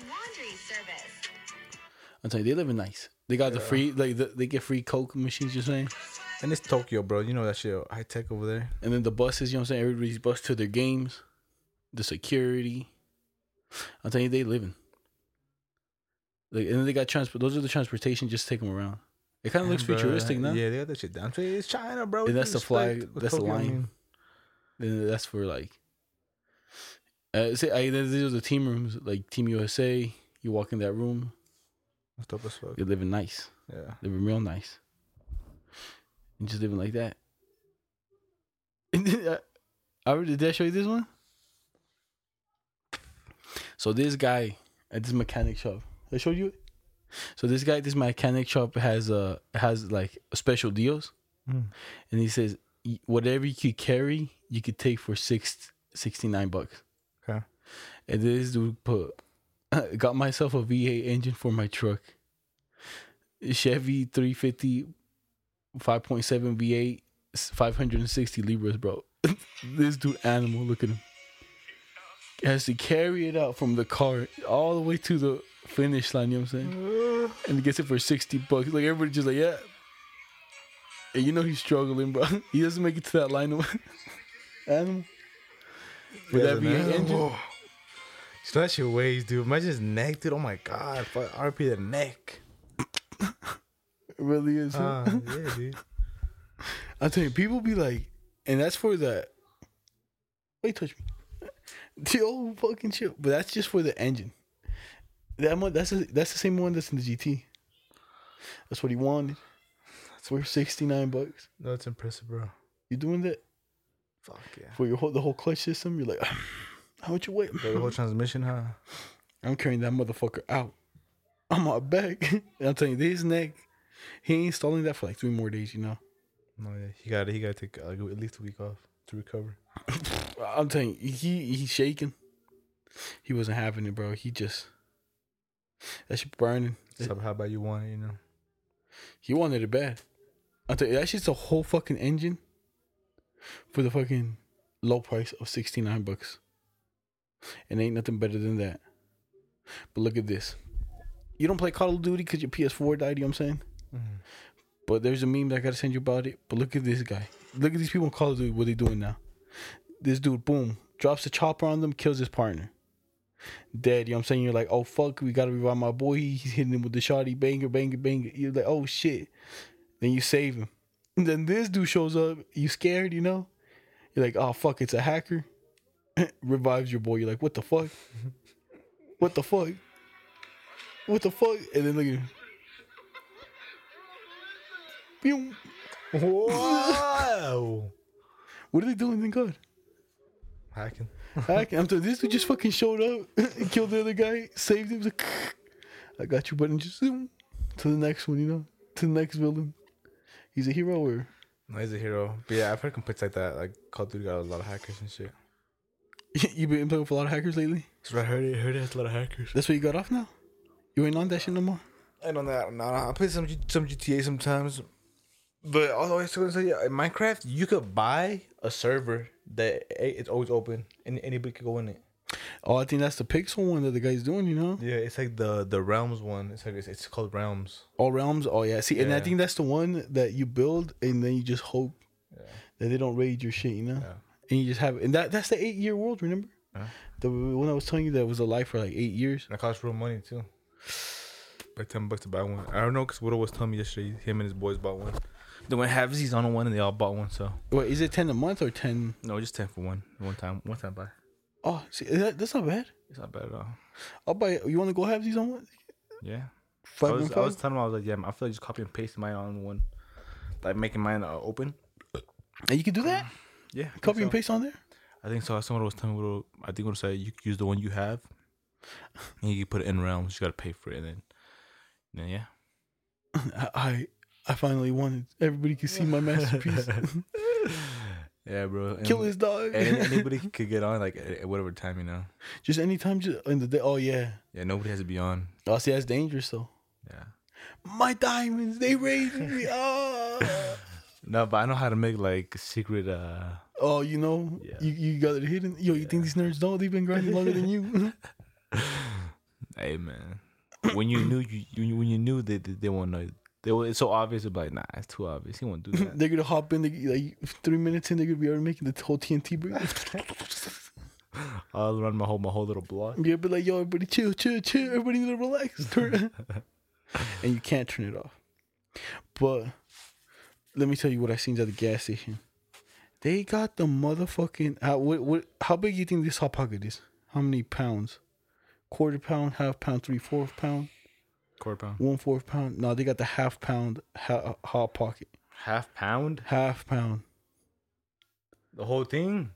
[SPEAKER 6] Laundry service.
[SPEAKER 1] I'm telling you, they living nice. They got the free like the, they get free coke machines. You're saying,
[SPEAKER 2] And it's Tokyo, bro. You know that shit high tech over there.
[SPEAKER 1] and then the buses. You know what I'm saying? Everybody's bus to their games. The security. I'm telling you, they living. Like and then they got transport. Those are the transportation. Just take them around. It kind of looks
[SPEAKER 2] Bruh,
[SPEAKER 1] futuristic now.
[SPEAKER 2] Yeah, they got that shit down. It's China, bro.
[SPEAKER 1] And
[SPEAKER 2] You
[SPEAKER 1] that's the
[SPEAKER 2] respect
[SPEAKER 1] flag-
[SPEAKER 2] what
[SPEAKER 1] that's the
[SPEAKER 2] Tokyo
[SPEAKER 1] line.
[SPEAKER 2] mean.
[SPEAKER 1] Then that's for like, uh, see, I, then these are the team rooms, like Team USA. You walk in that room,
[SPEAKER 2] That's dope as fuck.
[SPEAKER 1] you're living nice,
[SPEAKER 2] Yeah.
[SPEAKER 1] living real nice, and just living like that. And then, uh, I already did I show you this one? So this guy at this mechanic shop, I showed you. it? So this guy, at this mechanic shop has uh has like special deals, and he says "Y- whatever you could carry, you could take for six sixty nine bucks.
[SPEAKER 2] Okay.
[SPEAKER 1] And this dude put got myself a V8 engine for my truck. Chevy 350 5.7 V8 560 libras, bro. this dude animal, look at him. Has to carry it out from the car all the way to the finish line, you know what I'm saying? And he gets it for 60 bucks. Like everybody just like, yeah. And you know he's struggling, bro. He doesn't make it to that line of animal. Would that be an engine?
[SPEAKER 2] So that's your ways, dude. Imagine his neck, dude. Oh my god, fuck, RP the neck.
[SPEAKER 1] It really is. huh?
[SPEAKER 2] Ah, yeah, dude.
[SPEAKER 1] I tell you, people be like, and that's for the. Wait, touch me. The old fucking shit, but that's just for the engine. That one, that's a, that's the same one that's in the GT. That's what he wanted. That's worth sixty nine bucks.
[SPEAKER 2] No, it's impressive, bro.
[SPEAKER 1] You doing that
[SPEAKER 2] Fuck yeah.
[SPEAKER 1] for your whole the whole clutch system? You're like, how much you weigh?
[SPEAKER 2] The whole transmission, huh?
[SPEAKER 1] I'm carrying that motherfucker out on my back. and I'm telling you, this neck, he ain't installing that for like three more days. You know,
[SPEAKER 2] No, yeah, he got to He got to take uh, like, at least a week off to recover.
[SPEAKER 1] I'm telling you, he he's shaking. He wasn't having it, bro. He just that shit burning.
[SPEAKER 2] So how about you want it? You know,
[SPEAKER 1] He wanted it bad. I tell you, that shit's a whole fucking engine for the fucking low price of sixty nine bucks. And ain't nothing better than that. But look at this. You don't play Call of Duty because your PS4 died. You know what I'm saying? But there's a meme that I gotta send you about it. But look at this guy. Look at these people in Call of Duty. What they doing now? This dude, boom, drops a chopper on them, kills his partner. Dead. You know what I'm saying? You're like, oh fuck, we gotta revive my boy. He's hitting him with the shoddy banger, banger, banger. You're like, oh shit. Then you save him. And then this dude shows up. You scared, you know? You're like, oh fuck, it's a hacker. Revives your boy. You're like, what the fuck? what the fuck? What the fuck? And then look at him. Pew.
[SPEAKER 2] Whoa,
[SPEAKER 1] What are they doing? Thank God.
[SPEAKER 2] hacking.
[SPEAKER 1] Hack- I'm telling you, this dude just fucking showed up and killed the other guy, saved him. Like, I got you, button. Just zoom to the next one, you know, to the next villain. He's a hero. Or
[SPEAKER 2] No, he's a hero. But yeah, I've heard complaints like that. Like Call of Duty got a lot of hackers and shit.
[SPEAKER 1] you been playing with a lot of hackers lately.
[SPEAKER 2] So I heard it. Heard it has a lot of hackers.
[SPEAKER 1] That's why you got off now. You ain't on that shit no more.
[SPEAKER 2] And on that, no, no, I play some G- some GTA sometimes. But also, I was gonna say, yeah, in Minecraft, you could buy a server that eh, it's always open and anybody could go in it.
[SPEAKER 1] Oh, I think that's the pixel one that the guy's doing. You know,
[SPEAKER 2] Yeah, it's like the the realms one. It's like it's, it's called realms.
[SPEAKER 1] all realms. Oh yeah, see, and I
[SPEAKER 2] Yeah.
[SPEAKER 1] think that's the one that you build and then you just hope that they don't raid your shit. You know, and you just have and that that's the eight year world. Remember the one I was telling you that was alive for like eight years.
[SPEAKER 2] And it costs real money too. like ten bucks to buy one. I don't know because Widow was telling me yesterday him and his boys bought one. They went half he's on one and they all bought one. So
[SPEAKER 1] Wait, is it ten a month or ten?
[SPEAKER 2] no, just ten for one, one time, one time buy.
[SPEAKER 1] Oh, see, that, that's not bad.
[SPEAKER 2] It's not bad at all.
[SPEAKER 1] I'll buy. You want to go have these on one?
[SPEAKER 2] Yeah. I
[SPEAKER 1] Five
[SPEAKER 2] was,
[SPEAKER 1] and
[SPEAKER 2] I was
[SPEAKER 1] five?
[SPEAKER 2] telling him I was like, yeah, man, I feel like just copy and paste mine on one, like making mine uh, open.
[SPEAKER 1] And you can do that.
[SPEAKER 2] Yeah. I think
[SPEAKER 1] Copy and
[SPEAKER 2] so.
[SPEAKER 1] paste on there.
[SPEAKER 2] I think so. Someone was telling me, what- I think what it said, you could use the one you have, and you can put it in rounds. You gotta pay for it, and then, then yeah.
[SPEAKER 1] I, I, I finally won it. Everybody can see my masterpiece.
[SPEAKER 2] Yeah, bro. And,
[SPEAKER 1] Kill his dog.
[SPEAKER 2] and anybody could get on like at whatever time, you know.
[SPEAKER 1] just anytime, just in the day. Oh yeah.
[SPEAKER 2] Yeah, nobody has to be on.
[SPEAKER 1] Oh, see, that's dangerous though.
[SPEAKER 2] Yeah.
[SPEAKER 1] My diamonds, they raised me. Ah.
[SPEAKER 2] No, but I know how to make like secret. uh
[SPEAKER 1] Oh, you know,
[SPEAKER 2] Yeah.
[SPEAKER 1] you, you got it hidden. Yo, you think these nerds don't? They've been grinding longer than you.
[SPEAKER 2] Hey, man. When you knew you, you when you knew that they, they won't know. They were, it's so obvious. But like, nah, it's too obvious. He won't do that.
[SPEAKER 1] they're gonna hop in. They, like three minutes in, they're gonna be already making the whole TNT break.
[SPEAKER 2] I'll run my whole my whole little block.
[SPEAKER 1] yeah, but like, yo, everybody chill, chill, chill. Everybody need to relax. Turn- and you can't turn it off. But let me tell you what I seen at the gas station. They got the motherfucking. How, what, what, how big you think this hot pocket is? How many pounds? Quarter pound, half pound, three fourth pound,
[SPEAKER 2] Quarter pound.
[SPEAKER 1] one fourth pound. No, they got the half pound ha- hot pocket.
[SPEAKER 2] Half pound.
[SPEAKER 1] Half pound.
[SPEAKER 2] The whole thing.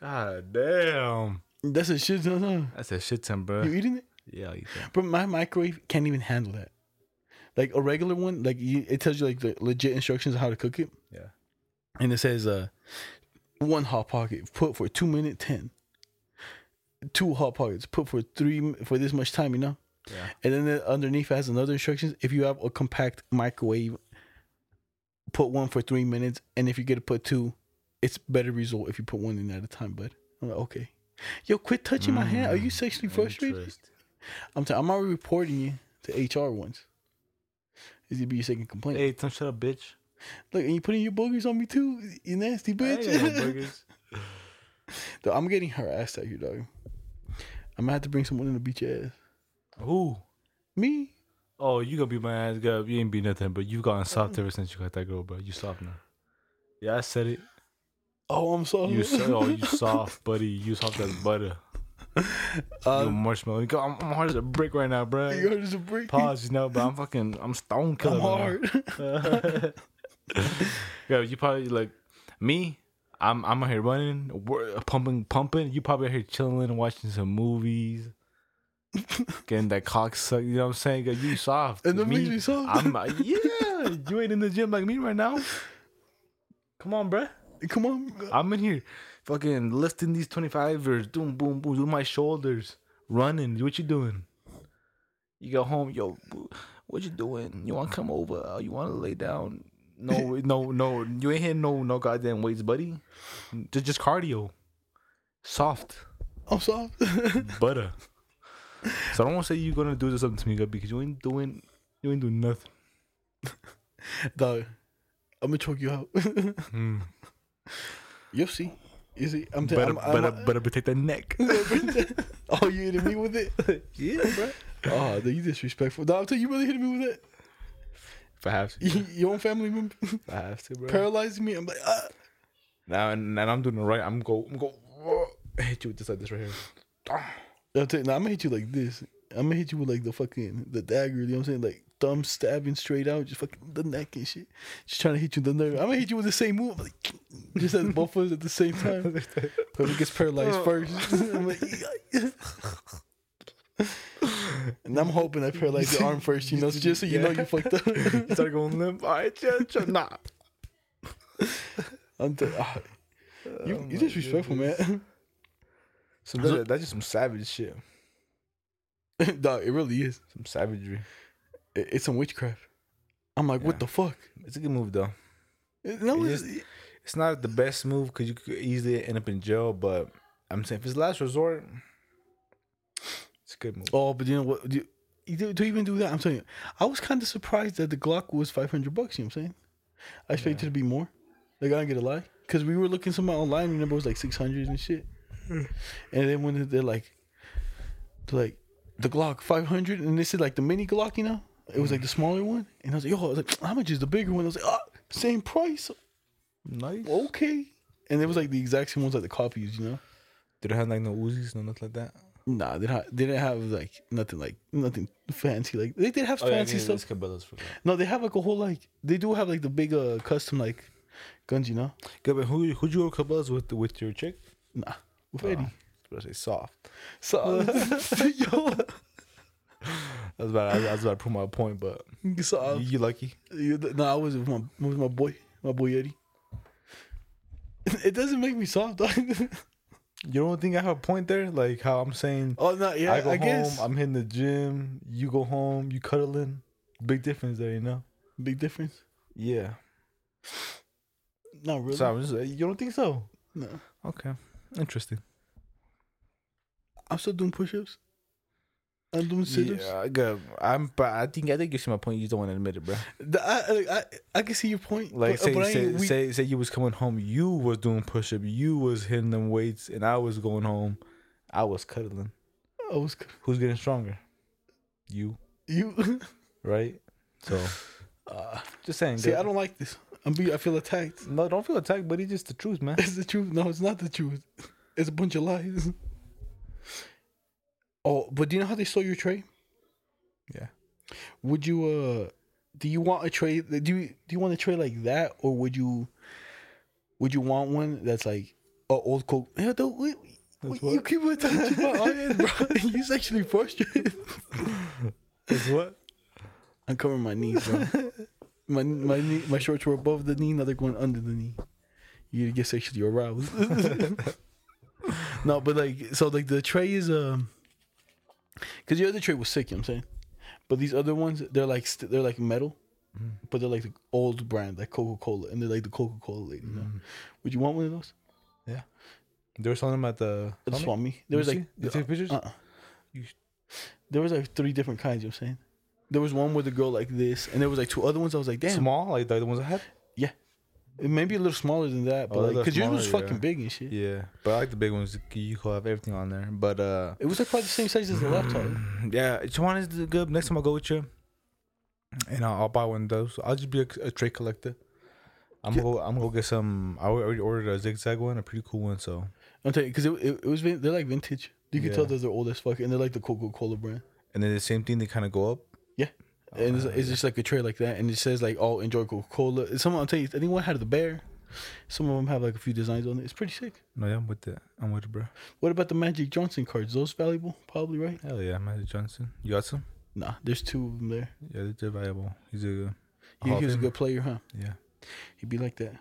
[SPEAKER 2] God damn.
[SPEAKER 1] That's a shit ton. huh?
[SPEAKER 2] That's a shit ton, bro.
[SPEAKER 1] You eating it?
[SPEAKER 2] Yeah, I'll eat that.
[SPEAKER 1] But my microwave can't even handle that. Like a regular one, like you, it tells you like the legit instructions on how to cook it,
[SPEAKER 2] Yeah.
[SPEAKER 1] and it says uh, one hot pocket put for two minute ten. Two hot pockets put for three m- for this much time, you know.
[SPEAKER 2] Yeah.
[SPEAKER 1] And then it- underneath it has another instructions. If you have a compact microwave, put one for three minutes, and if you get to put two, it's better result if you put one in at a time. But I'm like, okay, yo, quit touching my hand. Are you sexually
[SPEAKER 2] Mm-hmm.
[SPEAKER 1] frustrated?
[SPEAKER 2] Interest.
[SPEAKER 1] I'm t- I'm already reporting you to HR once. Is it be your second complaint?
[SPEAKER 2] Hey, some shut up, bitch.
[SPEAKER 1] Look, and you putting your boogers on me too, you nasty
[SPEAKER 2] I
[SPEAKER 1] bitch.
[SPEAKER 2] ain't got no boogers.
[SPEAKER 1] Though I'm getting harassed out here, dog. I'm gonna have to bring someone in to beat your ass.
[SPEAKER 2] Who?
[SPEAKER 1] Me?
[SPEAKER 2] Oh, you gonna be my ass girl. You ain't be nothing, but you've gotten
[SPEAKER 1] Mm.
[SPEAKER 2] soft ever since you got that girl, bro. You soft now. Yeah, I said it.
[SPEAKER 1] Oh, I'm sorry.
[SPEAKER 2] You so oh, you soft, buddy. You soft as butter. you marshmallow. You go, I'm, I'm hard as a brick right now,
[SPEAKER 1] Uh, You
[SPEAKER 2] bro.
[SPEAKER 1] heard it's a break.
[SPEAKER 2] Pause, you know, but I'm fucking, I'm stone killer.
[SPEAKER 1] I'm
[SPEAKER 2] now.
[SPEAKER 1] hard.
[SPEAKER 2] Yeah, you probably like me. I'm I'm out here running, wor- pumping, pumping. You probably out here chilling, watching some movies, getting that cock sucked. You know what I'm saying? 'Cause You soft.
[SPEAKER 1] And that makes me soft.
[SPEAKER 2] I'm uh, yeah. You ain't in the gym like me right now. Come on, bruh.
[SPEAKER 1] Come on.
[SPEAKER 2] I'm in here, fucking lifting these 25ers, doing boom boom, doing my shoulders, running. What you doing? You go home, yo. What you doing? You want to come over? Uh, You want to lay down? No, no, no. You ain't hitting no, no goddamn weights, buddy. Just, just cardio, soft
[SPEAKER 1] I'm soft.
[SPEAKER 2] butter. So I don't want to say you're gonna do something to me, girl, because you ain't doing, you ain't doing nothing.
[SPEAKER 1] dog, I'm gonna choke you out. You'll see. You see, I'm
[SPEAKER 2] Hmm. Better,
[SPEAKER 1] telling
[SPEAKER 2] better, better protect that neck.
[SPEAKER 1] Oh, you hitting me with it?
[SPEAKER 2] yeah, bro.
[SPEAKER 1] Oh, dude, you disrespectful. Dog, I'm telling you, you really hitting me with it.
[SPEAKER 2] If I have to,
[SPEAKER 1] Y- your own family member
[SPEAKER 2] if I have to, bro.
[SPEAKER 1] paralyzing me. I'm like, ah.
[SPEAKER 2] Now and, and I'm doing it right. I'm go I'm go I hit you with this like this right here.
[SPEAKER 1] I'll tell you, nah, I'm gonna hit you like this. I'm gonna hit you with like the fucking the dagger. You know what I'm saying? Like thumb stabbing straight out, just fucking the neck and shit. Just trying to hit you in the nerve. I'm gonna hit you with the same move, like just at both of us at the same time. Whoever gets paralyzed first. I'm like, and I'm hoping I paralyze your arm first. You know, just so you know you fucked up.
[SPEAKER 2] You start going limp. All right, yeah, yeah, nah.
[SPEAKER 1] I'm t- ah. you you disrespectful, man.
[SPEAKER 2] So that's, that's just some savage shit.
[SPEAKER 1] Dog, it really is.
[SPEAKER 2] Some savagery.
[SPEAKER 1] it- it's some witchcraft. I'm like, what the fuck?
[SPEAKER 2] It's a good move though.
[SPEAKER 1] It- No,
[SPEAKER 2] It
[SPEAKER 1] it's,
[SPEAKER 2] is- It's not the best move because you could easily end up in jail. But I'm saying if it's last resort, it's a good move.
[SPEAKER 1] oh, but you know what? You, you do- to even do that, I'm saying, I was kind of surprised that the Glock was 500 bucks. You know what I'm saying? I expected it to be more. Like I ain't gonna lie, because we were looking somewhere online. Hmm. Remember, it was like 600 and shit. and then when they're like, they're like, the Glock 500, and this is like the mini Glock, you know. It was like the smaller one, and I was like, yo, I was like, how much is the bigger one? I was like, ah, same price,
[SPEAKER 2] Nice.
[SPEAKER 1] okay. And it was like the exact same ones like the copies, you know.
[SPEAKER 2] Did it have like no Uzis, no nothing like that?
[SPEAKER 1] Nah, they didn't have, they didn't have like nothing like nothing fancy. Like they did have
[SPEAKER 2] Oh,
[SPEAKER 1] fancy stuff.
[SPEAKER 2] Cabela's for that.
[SPEAKER 1] No, they have like a whole like they do have like the big uh custom like guns, you know?
[SPEAKER 2] Good, but who who'd you go to Cabela's with with your chick? Ah,
[SPEAKER 1] Nah. With Eddie.
[SPEAKER 2] I was about to say soft.
[SPEAKER 1] So yo
[SPEAKER 2] That's about. I was about to prove my point, but
[SPEAKER 1] so
[SPEAKER 2] you, you lucky.
[SPEAKER 1] you, no, I was with my with my boy, my boy Eddie. It doesn't make me soft. dog.
[SPEAKER 2] You don't think I have a point there? Like how I'm saying,
[SPEAKER 1] oh no, yeah,
[SPEAKER 2] I
[SPEAKER 1] I,
[SPEAKER 2] go home,
[SPEAKER 1] guess
[SPEAKER 2] I'm hitting the gym. You go home, you cuddling. Big difference there, you know.
[SPEAKER 1] big difference.
[SPEAKER 2] Yeah.
[SPEAKER 1] Not really.
[SPEAKER 2] So I'm just, you don't think so?
[SPEAKER 1] No.
[SPEAKER 2] Okay. Interesting.
[SPEAKER 1] I'm still doing push-ups. I'm doing sit-ups.
[SPEAKER 2] Yeah, I got. I'm. But I think I think you see my point. You just don't want to admit it, bro.
[SPEAKER 1] The- I, I I I can see your point.
[SPEAKER 2] Like
[SPEAKER 1] but-
[SPEAKER 2] say
[SPEAKER 1] but I
[SPEAKER 2] say,
[SPEAKER 1] ain't weak.
[SPEAKER 2] say say you was coming home, you was doing push up, you was hitting them weights, and I was going home, I was cuddling.
[SPEAKER 1] I was c-
[SPEAKER 2] Who's getting stronger? You,
[SPEAKER 1] you.
[SPEAKER 2] right? So, just saying.
[SPEAKER 1] See,
[SPEAKER 2] dude.
[SPEAKER 1] I don't like this. I'm be. I feel attacked.
[SPEAKER 2] No, Uh, don't feel attacked, buddy. Just the truth, man.
[SPEAKER 1] It's the truth. No, it's not the truth. It's a bunch of lies. Oh, but do you know how they stole your tray?
[SPEAKER 2] Yeah.
[SPEAKER 1] Would you uh do you want a tray do you do you want a tray like that or would you would you want one that's like a old coke? Yeah, don't wait. wait, You
[SPEAKER 2] what?
[SPEAKER 1] keep on touching my audience, bro. He's actually frustrated.
[SPEAKER 2] what?
[SPEAKER 1] I'm covering my knees, bro. my my knee, my shorts were above the knee, now they're going under the knee. You get sexually aroused. no, but like so like the tray is um because the other tray was sick, you know what I'm saying? But these other ones, they're like st- they're like metal, but they're like the old brand, like Coca Cola, and they're like the Coca Cola lady. You know? Would you want one of those?
[SPEAKER 2] Yeah. They were selling them at the.
[SPEAKER 1] That's
[SPEAKER 2] Sonic?
[SPEAKER 1] Swami. There
[SPEAKER 2] You
[SPEAKER 1] was like
[SPEAKER 2] see? You take pictures?
[SPEAKER 1] Uh-uh.
[SPEAKER 2] You-
[SPEAKER 1] There was like three different kinds. You know what I'm saying? There was one with a girl like this, and there was like two other ones. I was like, damn,
[SPEAKER 2] Small, like the other ones I had.
[SPEAKER 1] Yeah. It may be a little smaller than that, but
[SPEAKER 2] Oh,
[SPEAKER 1] like,
[SPEAKER 2] that's
[SPEAKER 1] cause yours was
[SPEAKER 2] smaller,
[SPEAKER 1] fucking
[SPEAKER 2] yeah.
[SPEAKER 1] big and shit.
[SPEAKER 2] Yeah, but I like the big ones. You could have everything on there, but uh,
[SPEAKER 1] It was like probably the same size as
[SPEAKER 2] Mm.
[SPEAKER 1] the laptop.
[SPEAKER 2] yeah, each one is good. Next time I go with you, and I'll, I'll buy one of those. I'll just be a, a tray collector. I'm gonna go, I'm gonna go get some. I already ordered a zigzag one, a pretty cool one. So
[SPEAKER 1] I'm telling you, cause it, it, it was vin- they're like vintage. You can tell
[SPEAKER 2] Yeah.
[SPEAKER 1] that they're old as fuck, and they're like the Coca Cola brand.
[SPEAKER 2] and then the same thing, they kind of go up.
[SPEAKER 1] Yeah.
[SPEAKER 2] Oh,
[SPEAKER 1] And it's, it's just like a tray like that, and it says like, "Oh, enjoy Coca Cola." Some I'm telling you, anyone had the bear. Some of them have like a few designs on it. It's pretty sick.
[SPEAKER 2] No, yeah, I'm with it. I'm with it, bro.
[SPEAKER 1] What about the Magic Johnson cards? Those valuable, probably, right?
[SPEAKER 2] Hell yeah, Magic Johnson. You got some?
[SPEAKER 1] Nah, there's two of them there.
[SPEAKER 2] Yeah, they're valuable. He's a
[SPEAKER 1] He,
[SPEAKER 2] Hall
[SPEAKER 1] he
[SPEAKER 2] of
[SPEAKER 1] was a
[SPEAKER 2] Famer.
[SPEAKER 1] good player, huh?
[SPEAKER 2] yeah.
[SPEAKER 1] He'd be like that.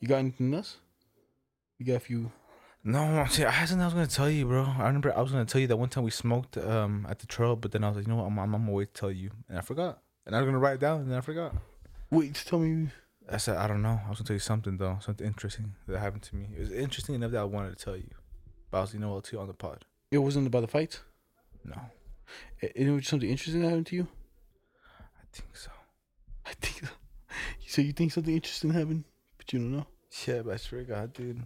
[SPEAKER 1] You got anything else? You got a few
[SPEAKER 2] No, I'm saying, I had something I was gonna tell you, bro. I remember I was gonna tell you that one time we smoked um at the trail, but then I was like, you know what, I'm, I'm, I'm gonna wait to tell you, and I forgot, and I was gonna write it down, and then I forgot.
[SPEAKER 1] Wait, tell me.
[SPEAKER 2] I said, I don't know. I was gonna tell you something though, something interesting that happened to me. It was interesting enough that I wanted to tell you, but I was, you know, what, I'll tell you on the pod.
[SPEAKER 1] It wasn't about the fights.
[SPEAKER 2] No,
[SPEAKER 1] It, it was something interesting that happened to you.
[SPEAKER 2] I think so.
[SPEAKER 1] I think. So you think something interesting happened, but you don't know.
[SPEAKER 2] Yeah, but I swear to God, dude.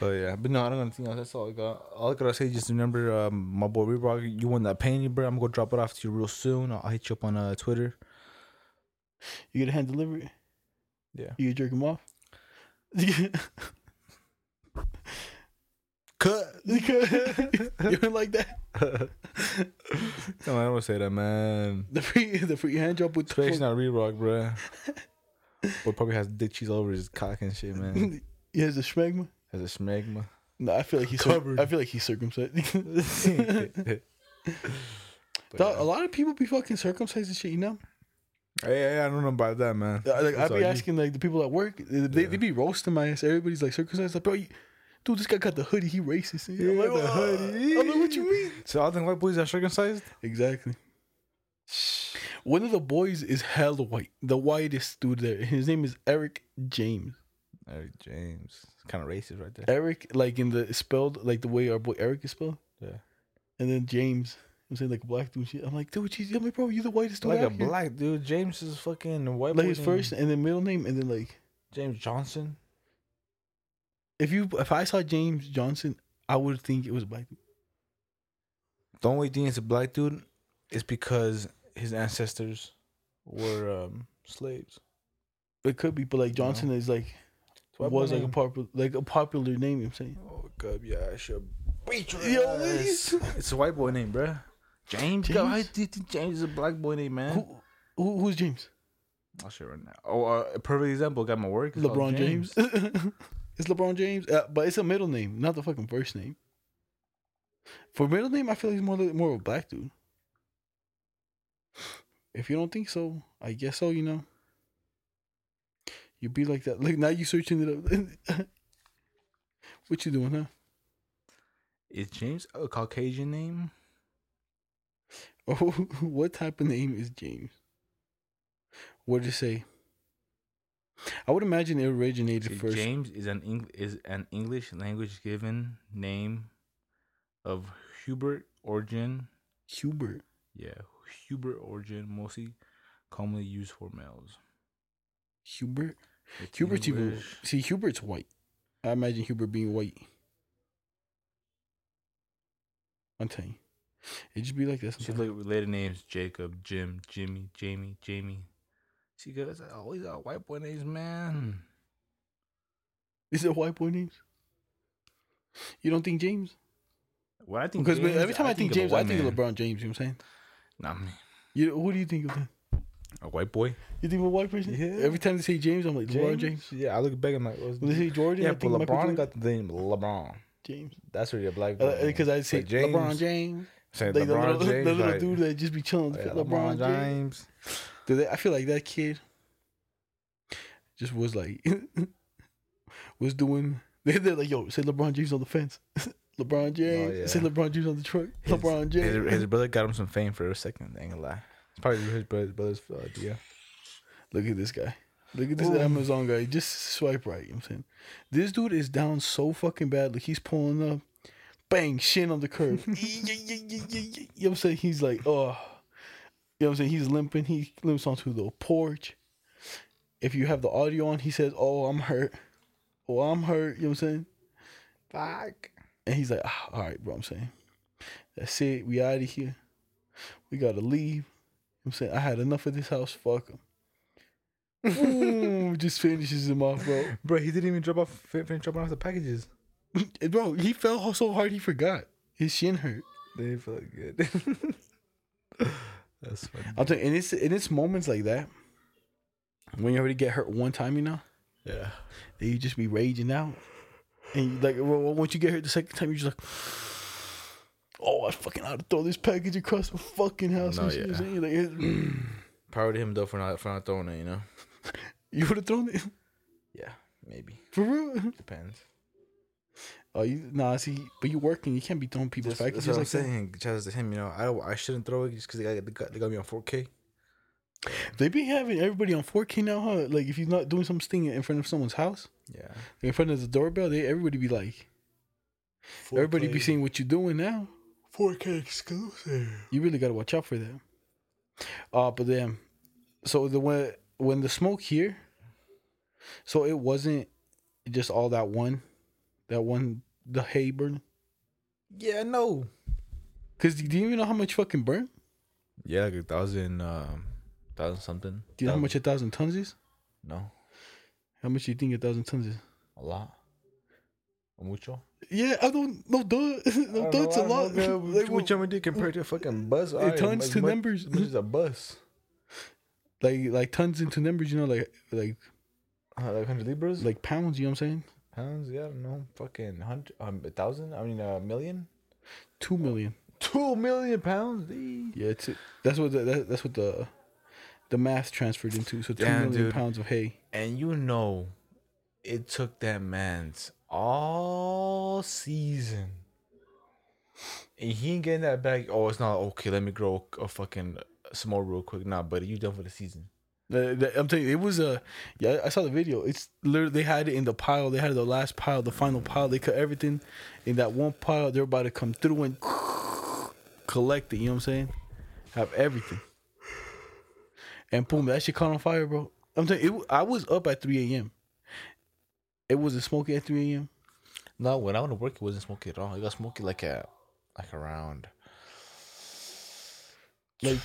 [SPEAKER 2] But yeah, but no, I don't got anything else. That's all I got. All I gotta say, just remember, um, my boy Reebok, you won that painting, bro. I'm gonna go drop it off to you real soon. I'll, I'll hit you up on uh, Twitter.
[SPEAKER 1] You get a hand delivery. it.
[SPEAKER 2] Yeah.
[SPEAKER 1] You jerk him off.
[SPEAKER 2] Cut.
[SPEAKER 1] you don't like that?
[SPEAKER 2] No, I don't say that, man.
[SPEAKER 1] The free, the free hand job with the
[SPEAKER 2] Especially not Reebok, bro. Boy probably has dick cheese all over his cock and shit, man.
[SPEAKER 1] He has the schmegma.
[SPEAKER 2] Has a smegma.
[SPEAKER 1] No, I feel like he's. Cir-
[SPEAKER 2] Covered.
[SPEAKER 1] I feel like he's circumcised.
[SPEAKER 2] hey,
[SPEAKER 1] Dog, A lot of people be fucking circumcised and shit. You know,
[SPEAKER 2] hey, I don't know about that, man.
[SPEAKER 1] Uh, like
[SPEAKER 2] That's
[SPEAKER 1] I
[SPEAKER 2] all
[SPEAKER 1] be
[SPEAKER 2] you.
[SPEAKER 1] asking like the people at work. They, they, they be roasting my ass. Everybody's like circumcised. Like, bro, you, dude, this guy got the hoodie. He racist. I'm
[SPEAKER 2] Yeah,
[SPEAKER 1] like,
[SPEAKER 2] the
[SPEAKER 1] "Wha-"
[SPEAKER 2] hoodie.
[SPEAKER 1] I'm like, what you mean?
[SPEAKER 2] So all the white boys are circumcised?
[SPEAKER 1] Exactly. One of the boys is hella white. The whitest dude there. His name is Eric James.
[SPEAKER 2] Eric James. Kind of racist right there.
[SPEAKER 1] Eric, like in the spelled, like the way our boy Eric is spelled.
[SPEAKER 2] Yeah.
[SPEAKER 1] And then James. I'm saying like a black dude. Shit. I'm like, dude, geez, I'm like, bro, you the whitest dude.
[SPEAKER 2] Like a
[SPEAKER 1] out here.
[SPEAKER 2] black dude. James is fucking a white
[SPEAKER 1] Like
[SPEAKER 2] boy
[SPEAKER 1] his
[SPEAKER 2] named
[SPEAKER 1] first and then middle name and then like
[SPEAKER 2] James Johnson.
[SPEAKER 1] if you if I saw James Johnson, I would think it was a black dude.
[SPEAKER 2] The only thing it's a black dude is because his ancestors were um, slaves.
[SPEAKER 1] It could be, but like Johnson is like
[SPEAKER 2] Why
[SPEAKER 1] was like a
[SPEAKER 2] my name-
[SPEAKER 1] popular like a popular name. You know what I'm saying.
[SPEAKER 2] Oh, God, yeah, I should beat your
[SPEAKER 1] Yo, what
[SPEAKER 2] ass.
[SPEAKER 1] is-
[SPEAKER 2] It's a white boy name, bruh. James?
[SPEAKER 1] James?
[SPEAKER 2] God, why do you think James is a black boy name, man?
[SPEAKER 1] Who, who who's James?
[SPEAKER 2] I'll share right now. Oh, uh, a perfect example. Got my work. It's called
[SPEAKER 1] LeBron James. it's LeBron James, uh, but it's a middle name, not the fucking first name. For middle name, I feel like he's more like- more of a black dude. If you don't think so, I guess so. You know, you be like that. Like now, you searching it up. what you doing, huh?
[SPEAKER 2] Is James a Caucasian name?
[SPEAKER 1] Oh, what type of name is James? What did it say? I would imagine it originated
[SPEAKER 2] Is
[SPEAKER 1] first.
[SPEAKER 2] James is an Eng- is an English language given name of Hubert origin.
[SPEAKER 1] Hubert.
[SPEAKER 2] Yeah, Hubert origin, mostly commonly used for males.
[SPEAKER 1] Hubert.
[SPEAKER 2] It's
[SPEAKER 1] Hubert's even,
[SPEAKER 2] English-
[SPEAKER 1] see Hubert's white. I imagine Hubert being white. I'm telling you, it just be like this.
[SPEAKER 2] She like related names: Jacob, Jim, Jimmy, Jamie, Jamie. She goes, "Oh, these are white boy names, man."
[SPEAKER 1] Is it white boy names? You don't think James?
[SPEAKER 2] Well, I think
[SPEAKER 1] Because
[SPEAKER 2] James,
[SPEAKER 1] every time I, think,
[SPEAKER 2] of a
[SPEAKER 1] James, I
[SPEAKER 2] white
[SPEAKER 1] think of
[SPEAKER 2] man.
[SPEAKER 1] LeBron James. You know what I'm saying?
[SPEAKER 2] Nah, man.
[SPEAKER 1] You, who do you think of that?
[SPEAKER 2] a white boy.
[SPEAKER 1] You think of a white person?
[SPEAKER 2] Yeah.
[SPEAKER 1] Every time they say James, I'm like LeBron James.
[SPEAKER 2] Yeah, I look back. I'm like, what's
[SPEAKER 1] When they say Jordan,
[SPEAKER 2] Yeah,
[SPEAKER 1] I
[SPEAKER 2] but
[SPEAKER 1] think Michael
[SPEAKER 2] LeBron
[SPEAKER 1] Jordan.
[SPEAKER 2] got the name LeBron.
[SPEAKER 1] James.
[SPEAKER 2] That's where you're black.
[SPEAKER 1] Because Uh, I say LeBron James.
[SPEAKER 2] Saying
[SPEAKER 1] Like the little,
[SPEAKER 2] LeBron James,
[SPEAKER 1] the little
[SPEAKER 2] like,
[SPEAKER 1] dude that just be chilling.
[SPEAKER 2] yeah,
[SPEAKER 1] LeBron, James. Dude, that- I feel like that kid just was like, was doing. They're, they're like, yo, say LeBron James on the fence. LeBron James.
[SPEAKER 2] Oh, yeah.
[SPEAKER 1] Say LeBron James on the truck. LeBron
[SPEAKER 2] His-
[SPEAKER 1] James.
[SPEAKER 2] His, his brother got him some fame for a second. I ain't gonna lie. It's probably his brother, brother's uh, idea.
[SPEAKER 1] Look at this guy. Look at this Amazon guy. Just swipe right. You know what I'm saying? This dude is down so fucking bad. Like he's pulling up. Bang, shin on the curb. you know what I'm saying? He's like, oh. You know what I'm saying? He's limping. He limps onto the porch. If you have the audio on, he says, Oh, I'm hurt. Oh, I'm hurt. You know what I'm saying?
[SPEAKER 2] Fuck.
[SPEAKER 1] And he's like, "Ah, all right, bro, I'm saying. That's it. We out of here. We gotta leave. I'm saying, I had enough of this house. Fuck him. just finishes him off, bro.
[SPEAKER 2] Bro, he didn't even drop off, fin- finish dropping off the packages.
[SPEAKER 1] And bro, he fell so hard he forgot. His shin hurt.
[SPEAKER 2] They didn't feel good. That's funny.
[SPEAKER 1] I'm telling you, and it's and it's moments like that. When you already get hurt one time, you know,
[SPEAKER 2] Yeah.
[SPEAKER 1] that you just be raging out. And you like well, once you get hurt the second time, you're just like Oh, I fucking ought to throw this package across the fucking house.
[SPEAKER 2] No,
[SPEAKER 1] and shit.
[SPEAKER 2] yeah.
[SPEAKER 1] You're like, "Eh,
[SPEAKER 2] Power to him though for not for not throwing it. You know.
[SPEAKER 1] you would have thrown it.
[SPEAKER 2] Yeah, maybe
[SPEAKER 1] For real?
[SPEAKER 2] depends.
[SPEAKER 1] Oh, you nah. See, but you working, you can't be throwing people's
[SPEAKER 2] That's, that's
[SPEAKER 1] packages
[SPEAKER 2] what I'm
[SPEAKER 1] like that.
[SPEAKER 2] saying. Shout out to him. You know, I don't, I shouldn't throw it just because they got, they got they got me on 4K.
[SPEAKER 1] They be having everybody on 4K now, huh? Like if you're not doing something in front of someone's house,
[SPEAKER 2] Yeah.
[SPEAKER 1] like, in front of the doorbell, they everybody be like, everybody be seeing what you're doing now.
[SPEAKER 2] 4K exclusive.
[SPEAKER 1] You really gotta watch out for that. Uh but then, so the when when the smoke here, so it wasn't just all that one, that one the hay burn.
[SPEAKER 2] Yeah, no.
[SPEAKER 1] Cause do you even know how much fucking burn?
[SPEAKER 2] Yeah, like a thousand, um, thousand something.
[SPEAKER 1] Do you know how
[SPEAKER 2] Thousand-
[SPEAKER 1] much a thousand tons is?
[SPEAKER 2] No,
[SPEAKER 1] How much do you think a thousand tons is?
[SPEAKER 2] a lot. Mucho.
[SPEAKER 1] Yeah, I don't. No, duh. No, duh. It's a lot. Like,
[SPEAKER 2] Mucho
[SPEAKER 1] what-
[SPEAKER 2] we did compared to a fucking bus. All right,
[SPEAKER 1] turns
[SPEAKER 2] as
[SPEAKER 1] to
[SPEAKER 2] much-
[SPEAKER 1] numbers.
[SPEAKER 2] as much as a bus.
[SPEAKER 1] like, like tons into numbers. You know, like, like,
[SPEAKER 2] Uh, like hundred libras, like
[SPEAKER 1] like pounds. You know what I'm saying?
[SPEAKER 2] pounds. Yeah, I don't know. Fucking hundred, um, a thousand. I mean, a million.
[SPEAKER 1] Two million.
[SPEAKER 2] Two million pounds. eh?
[SPEAKER 1] Yeah, it's that's what the, that, that's what the the math transferred into. So two million
[SPEAKER 2] Damn, dude.
[SPEAKER 1] pounds of hay.
[SPEAKER 2] And you know, it took that man's all season. And he ain't getting that back. Oh, it's not okay. Let me grow a fucking uh, some more real quick. Nah, buddy, you done for the season.
[SPEAKER 1] The- the- I'm telling you, it was a. Yeah, I saw the video. It's literally they had it in the pile. They had the last pile, the final pile. They cut everything in that one pile. They're about to come through and collect it. You know what I'm saying? Have everything. And boom, that shit caught on fire, bro. I'm telling you, it, I was up at 3 a.m. It wasn't smoky at 3 a.m.
[SPEAKER 2] No, when I went to work, it wasn't smoky at all. It got smoky like at like around
[SPEAKER 1] like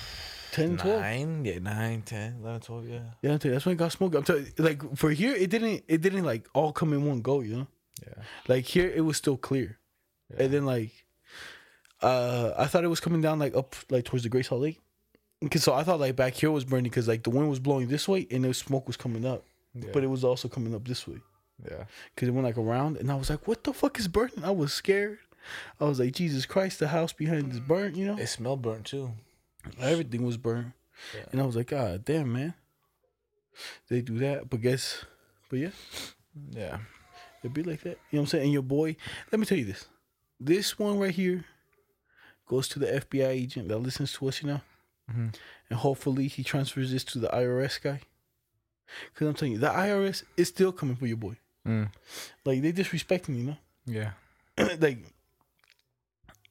[SPEAKER 1] 10, 12.
[SPEAKER 2] Nine, yeah, nine, ten, eleven, twelve, yeah.
[SPEAKER 1] Yeah, I'm telling you, that's when it got smoked. I'm telling you, like for here, it didn't, it didn't like all come in one go. You know,
[SPEAKER 2] Yeah.
[SPEAKER 1] like here it was still clear, and then like, uh, I thought it was coming down like up like towards the Great Salt Lake, 'Cause so I thought like back here was burning because like the wind was blowing this way and the smoke was coming up, but it was also coming up this way
[SPEAKER 2] Yeah.
[SPEAKER 1] because it went like around, and I was like, what the fuck is burning? I was scared. I was like, Jesus Christ, the house behind is burnt. You know,
[SPEAKER 2] It smelled burnt too.
[SPEAKER 1] Everything was burnt. And I was like, God damn, man. They do that. But guess, but yeah,
[SPEAKER 2] Yeah.
[SPEAKER 1] it'd be like that. You know what I'm saying? And your boy, let me tell you this. This one right here goes to the FBI agent that listens to us, you know? And hopefully he transfers this to the IRS guy. Because I'm telling you, the IRS is still coming for your boy. Like, they disrespecting, you know?
[SPEAKER 2] Yeah.
[SPEAKER 1] like,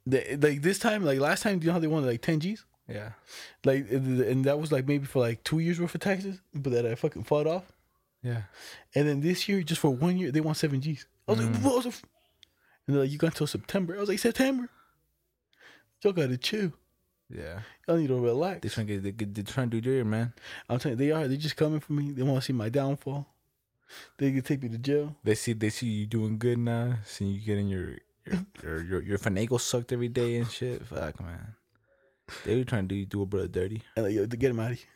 [SPEAKER 1] they, like this time, like last time, do you know how they wanted like 10 G's?
[SPEAKER 2] Yeah.
[SPEAKER 1] Like and and that was like maybe for like two years worth of taxes, but that I fucking fought off.
[SPEAKER 2] Yeah.
[SPEAKER 1] And then this year, just for one year, they want seven Gs. I was like, what was it? And they're like, you got until September. I was like, September. Y'all gotta chill.
[SPEAKER 2] Yeah.
[SPEAKER 1] Y'all need to relax.
[SPEAKER 2] They trying to get they, get- they trying to do their man.
[SPEAKER 1] I'm telling you, they are. They're just coming for me. They want to see my downfall. They can take me to jail.
[SPEAKER 2] They see they see you doing good now, seeing you getting your your your, your, your finagle sucked every day and shit. Fuck man. They were trying to do you do a brother dirty.
[SPEAKER 1] And like, yo, get him out of here.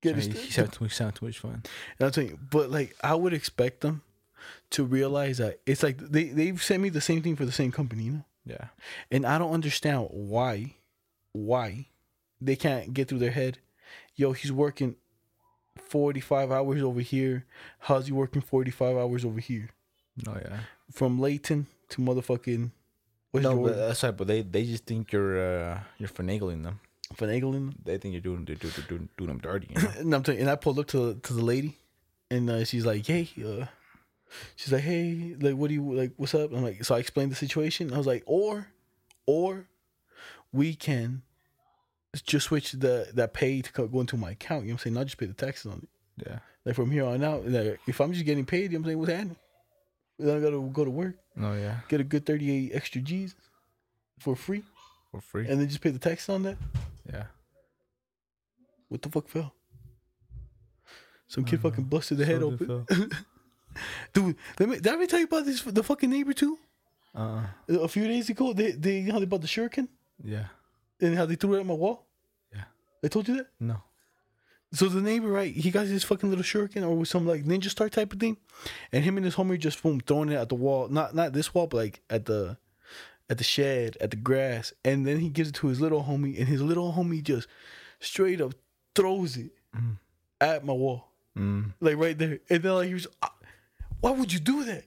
[SPEAKER 1] Get his
[SPEAKER 2] Trying to- You sound too, you sound too much fun.
[SPEAKER 1] And I'm telling you, but like I would expect them to realize that it's like they they've sent me the same thing for the same company, you know.
[SPEAKER 2] Yeah.
[SPEAKER 1] And I don't understand why, why they can't get through their head. Yo, he's working 45 hours over here. How's he working 45 hours over here?
[SPEAKER 2] Oh yeah.
[SPEAKER 1] From Layton to motherfucking what's
[SPEAKER 2] No,
[SPEAKER 1] no,
[SPEAKER 2] but
[SPEAKER 1] Jordan,
[SPEAKER 2] that's right. But they, they just think you're uh, you're finagling them.
[SPEAKER 1] finagling.
[SPEAKER 2] They think you're doing do do do- doing, doing them dirty. You know?
[SPEAKER 1] And I'm telling, and I pulled up to to the lady, and uh, she's like, "Hey," uh, she's like, "Hey, like, what do you like? What's up?" I'm like, so I explained the situation. I was like, "Or, or, we can just switch the that pay to co- go into my account. You know what I'm saying? Not just pay the taxes on it.
[SPEAKER 2] yeah.
[SPEAKER 1] Like from here on out, like if I'm just getting paid, you know what I'm saying, what's happening? Then I gotta go to work,
[SPEAKER 2] Oh yeah.
[SPEAKER 1] get a good 38 extra G's for free,
[SPEAKER 2] For free.
[SPEAKER 1] and then just pay the taxes on that.
[SPEAKER 2] yeah.
[SPEAKER 1] What the fuck fell? Some kid fucking busted the head
[SPEAKER 2] So
[SPEAKER 1] open.
[SPEAKER 2] difficult.
[SPEAKER 1] Dude, let me did I ever tell you about this the fucking neighbor too?
[SPEAKER 2] Uh.
[SPEAKER 1] A few days ago, they they you know how they bought the shuriken
[SPEAKER 2] Yeah.
[SPEAKER 1] and how they threw it at my wall.
[SPEAKER 2] Yeah.
[SPEAKER 1] I told you that.
[SPEAKER 2] No.
[SPEAKER 1] So the neighbor, right? He got his fucking little shuriken or with some like ninja star type of thing, and him and his homie just boom throwing it at the wall. Not not this wall, but like at the at the shed, at the grass, and then he gives it to his little homie, and his little homie just straight up throws it at my wall, like right there, and then like he was, "Ah, why would you do that?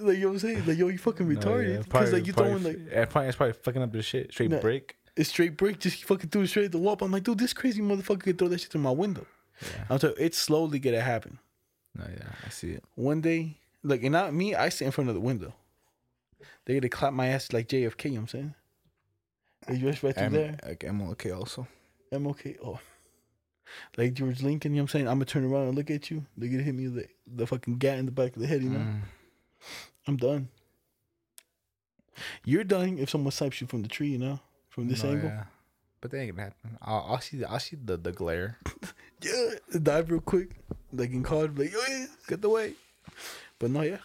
[SPEAKER 1] like you know what I'm saying? Like yo, you fucking retarded, because like you throwing like
[SPEAKER 2] yeah, probably, it's probably fucking up the shit. Straight
[SPEAKER 1] Nah.
[SPEAKER 2] break.
[SPEAKER 1] it's straight brick. Just he fucking threw it straight at the wall. But I'm like, dude, this crazy motherfucker could throw that shit through my window. I'm telling you, it's slowly gonna happen.
[SPEAKER 2] No, yeah, I see it.
[SPEAKER 1] One day, like, and not me, I sit in front of the window. They gonna clap my ass like JFK, you know what I'm saying? They just right through
[SPEAKER 2] I'm,
[SPEAKER 1] there.
[SPEAKER 2] like, I'm okay also.
[SPEAKER 1] I'm okay. Oh. Like George Lincoln, you know what I'm saying? I'm gonna turn around and look at you. They're gonna hit me with the, the fucking gat in the back of the head, you know? I'm done. You're done if someone snipes you from the tree, you know? From this
[SPEAKER 2] No,
[SPEAKER 1] angle.
[SPEAKER 2] Oh, yeah. But that ain't gonna happen. I'll, I'll see. The, I'll see the, the glare.
[SPEAKER 1] yeah, dive real quick, like in card, like oh, yeah, get the way. But no, yeah.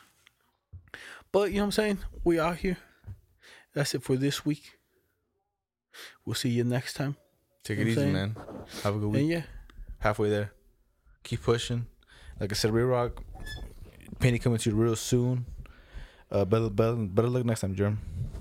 [SPEAKER 1] But you know what I'm saying? We are here. That's it for this week. We'll see you next time.
[SPEAKER 2] Take
[SPEAKER 1] You
[SPEAKER 2] it
[SPEAKER 1] know
[SPEAKER 2] easy,
[SPEAKER 1] what I'm
[SPEAKER 2] man. Have a good week.
[SPEAKER 1] And yeah,
[SPEAKER 2] halfway there. Keep pushing. Like I said, Ray Rock, Penny coming to you real soon. Uh, better, better, better luck next time, Jerm.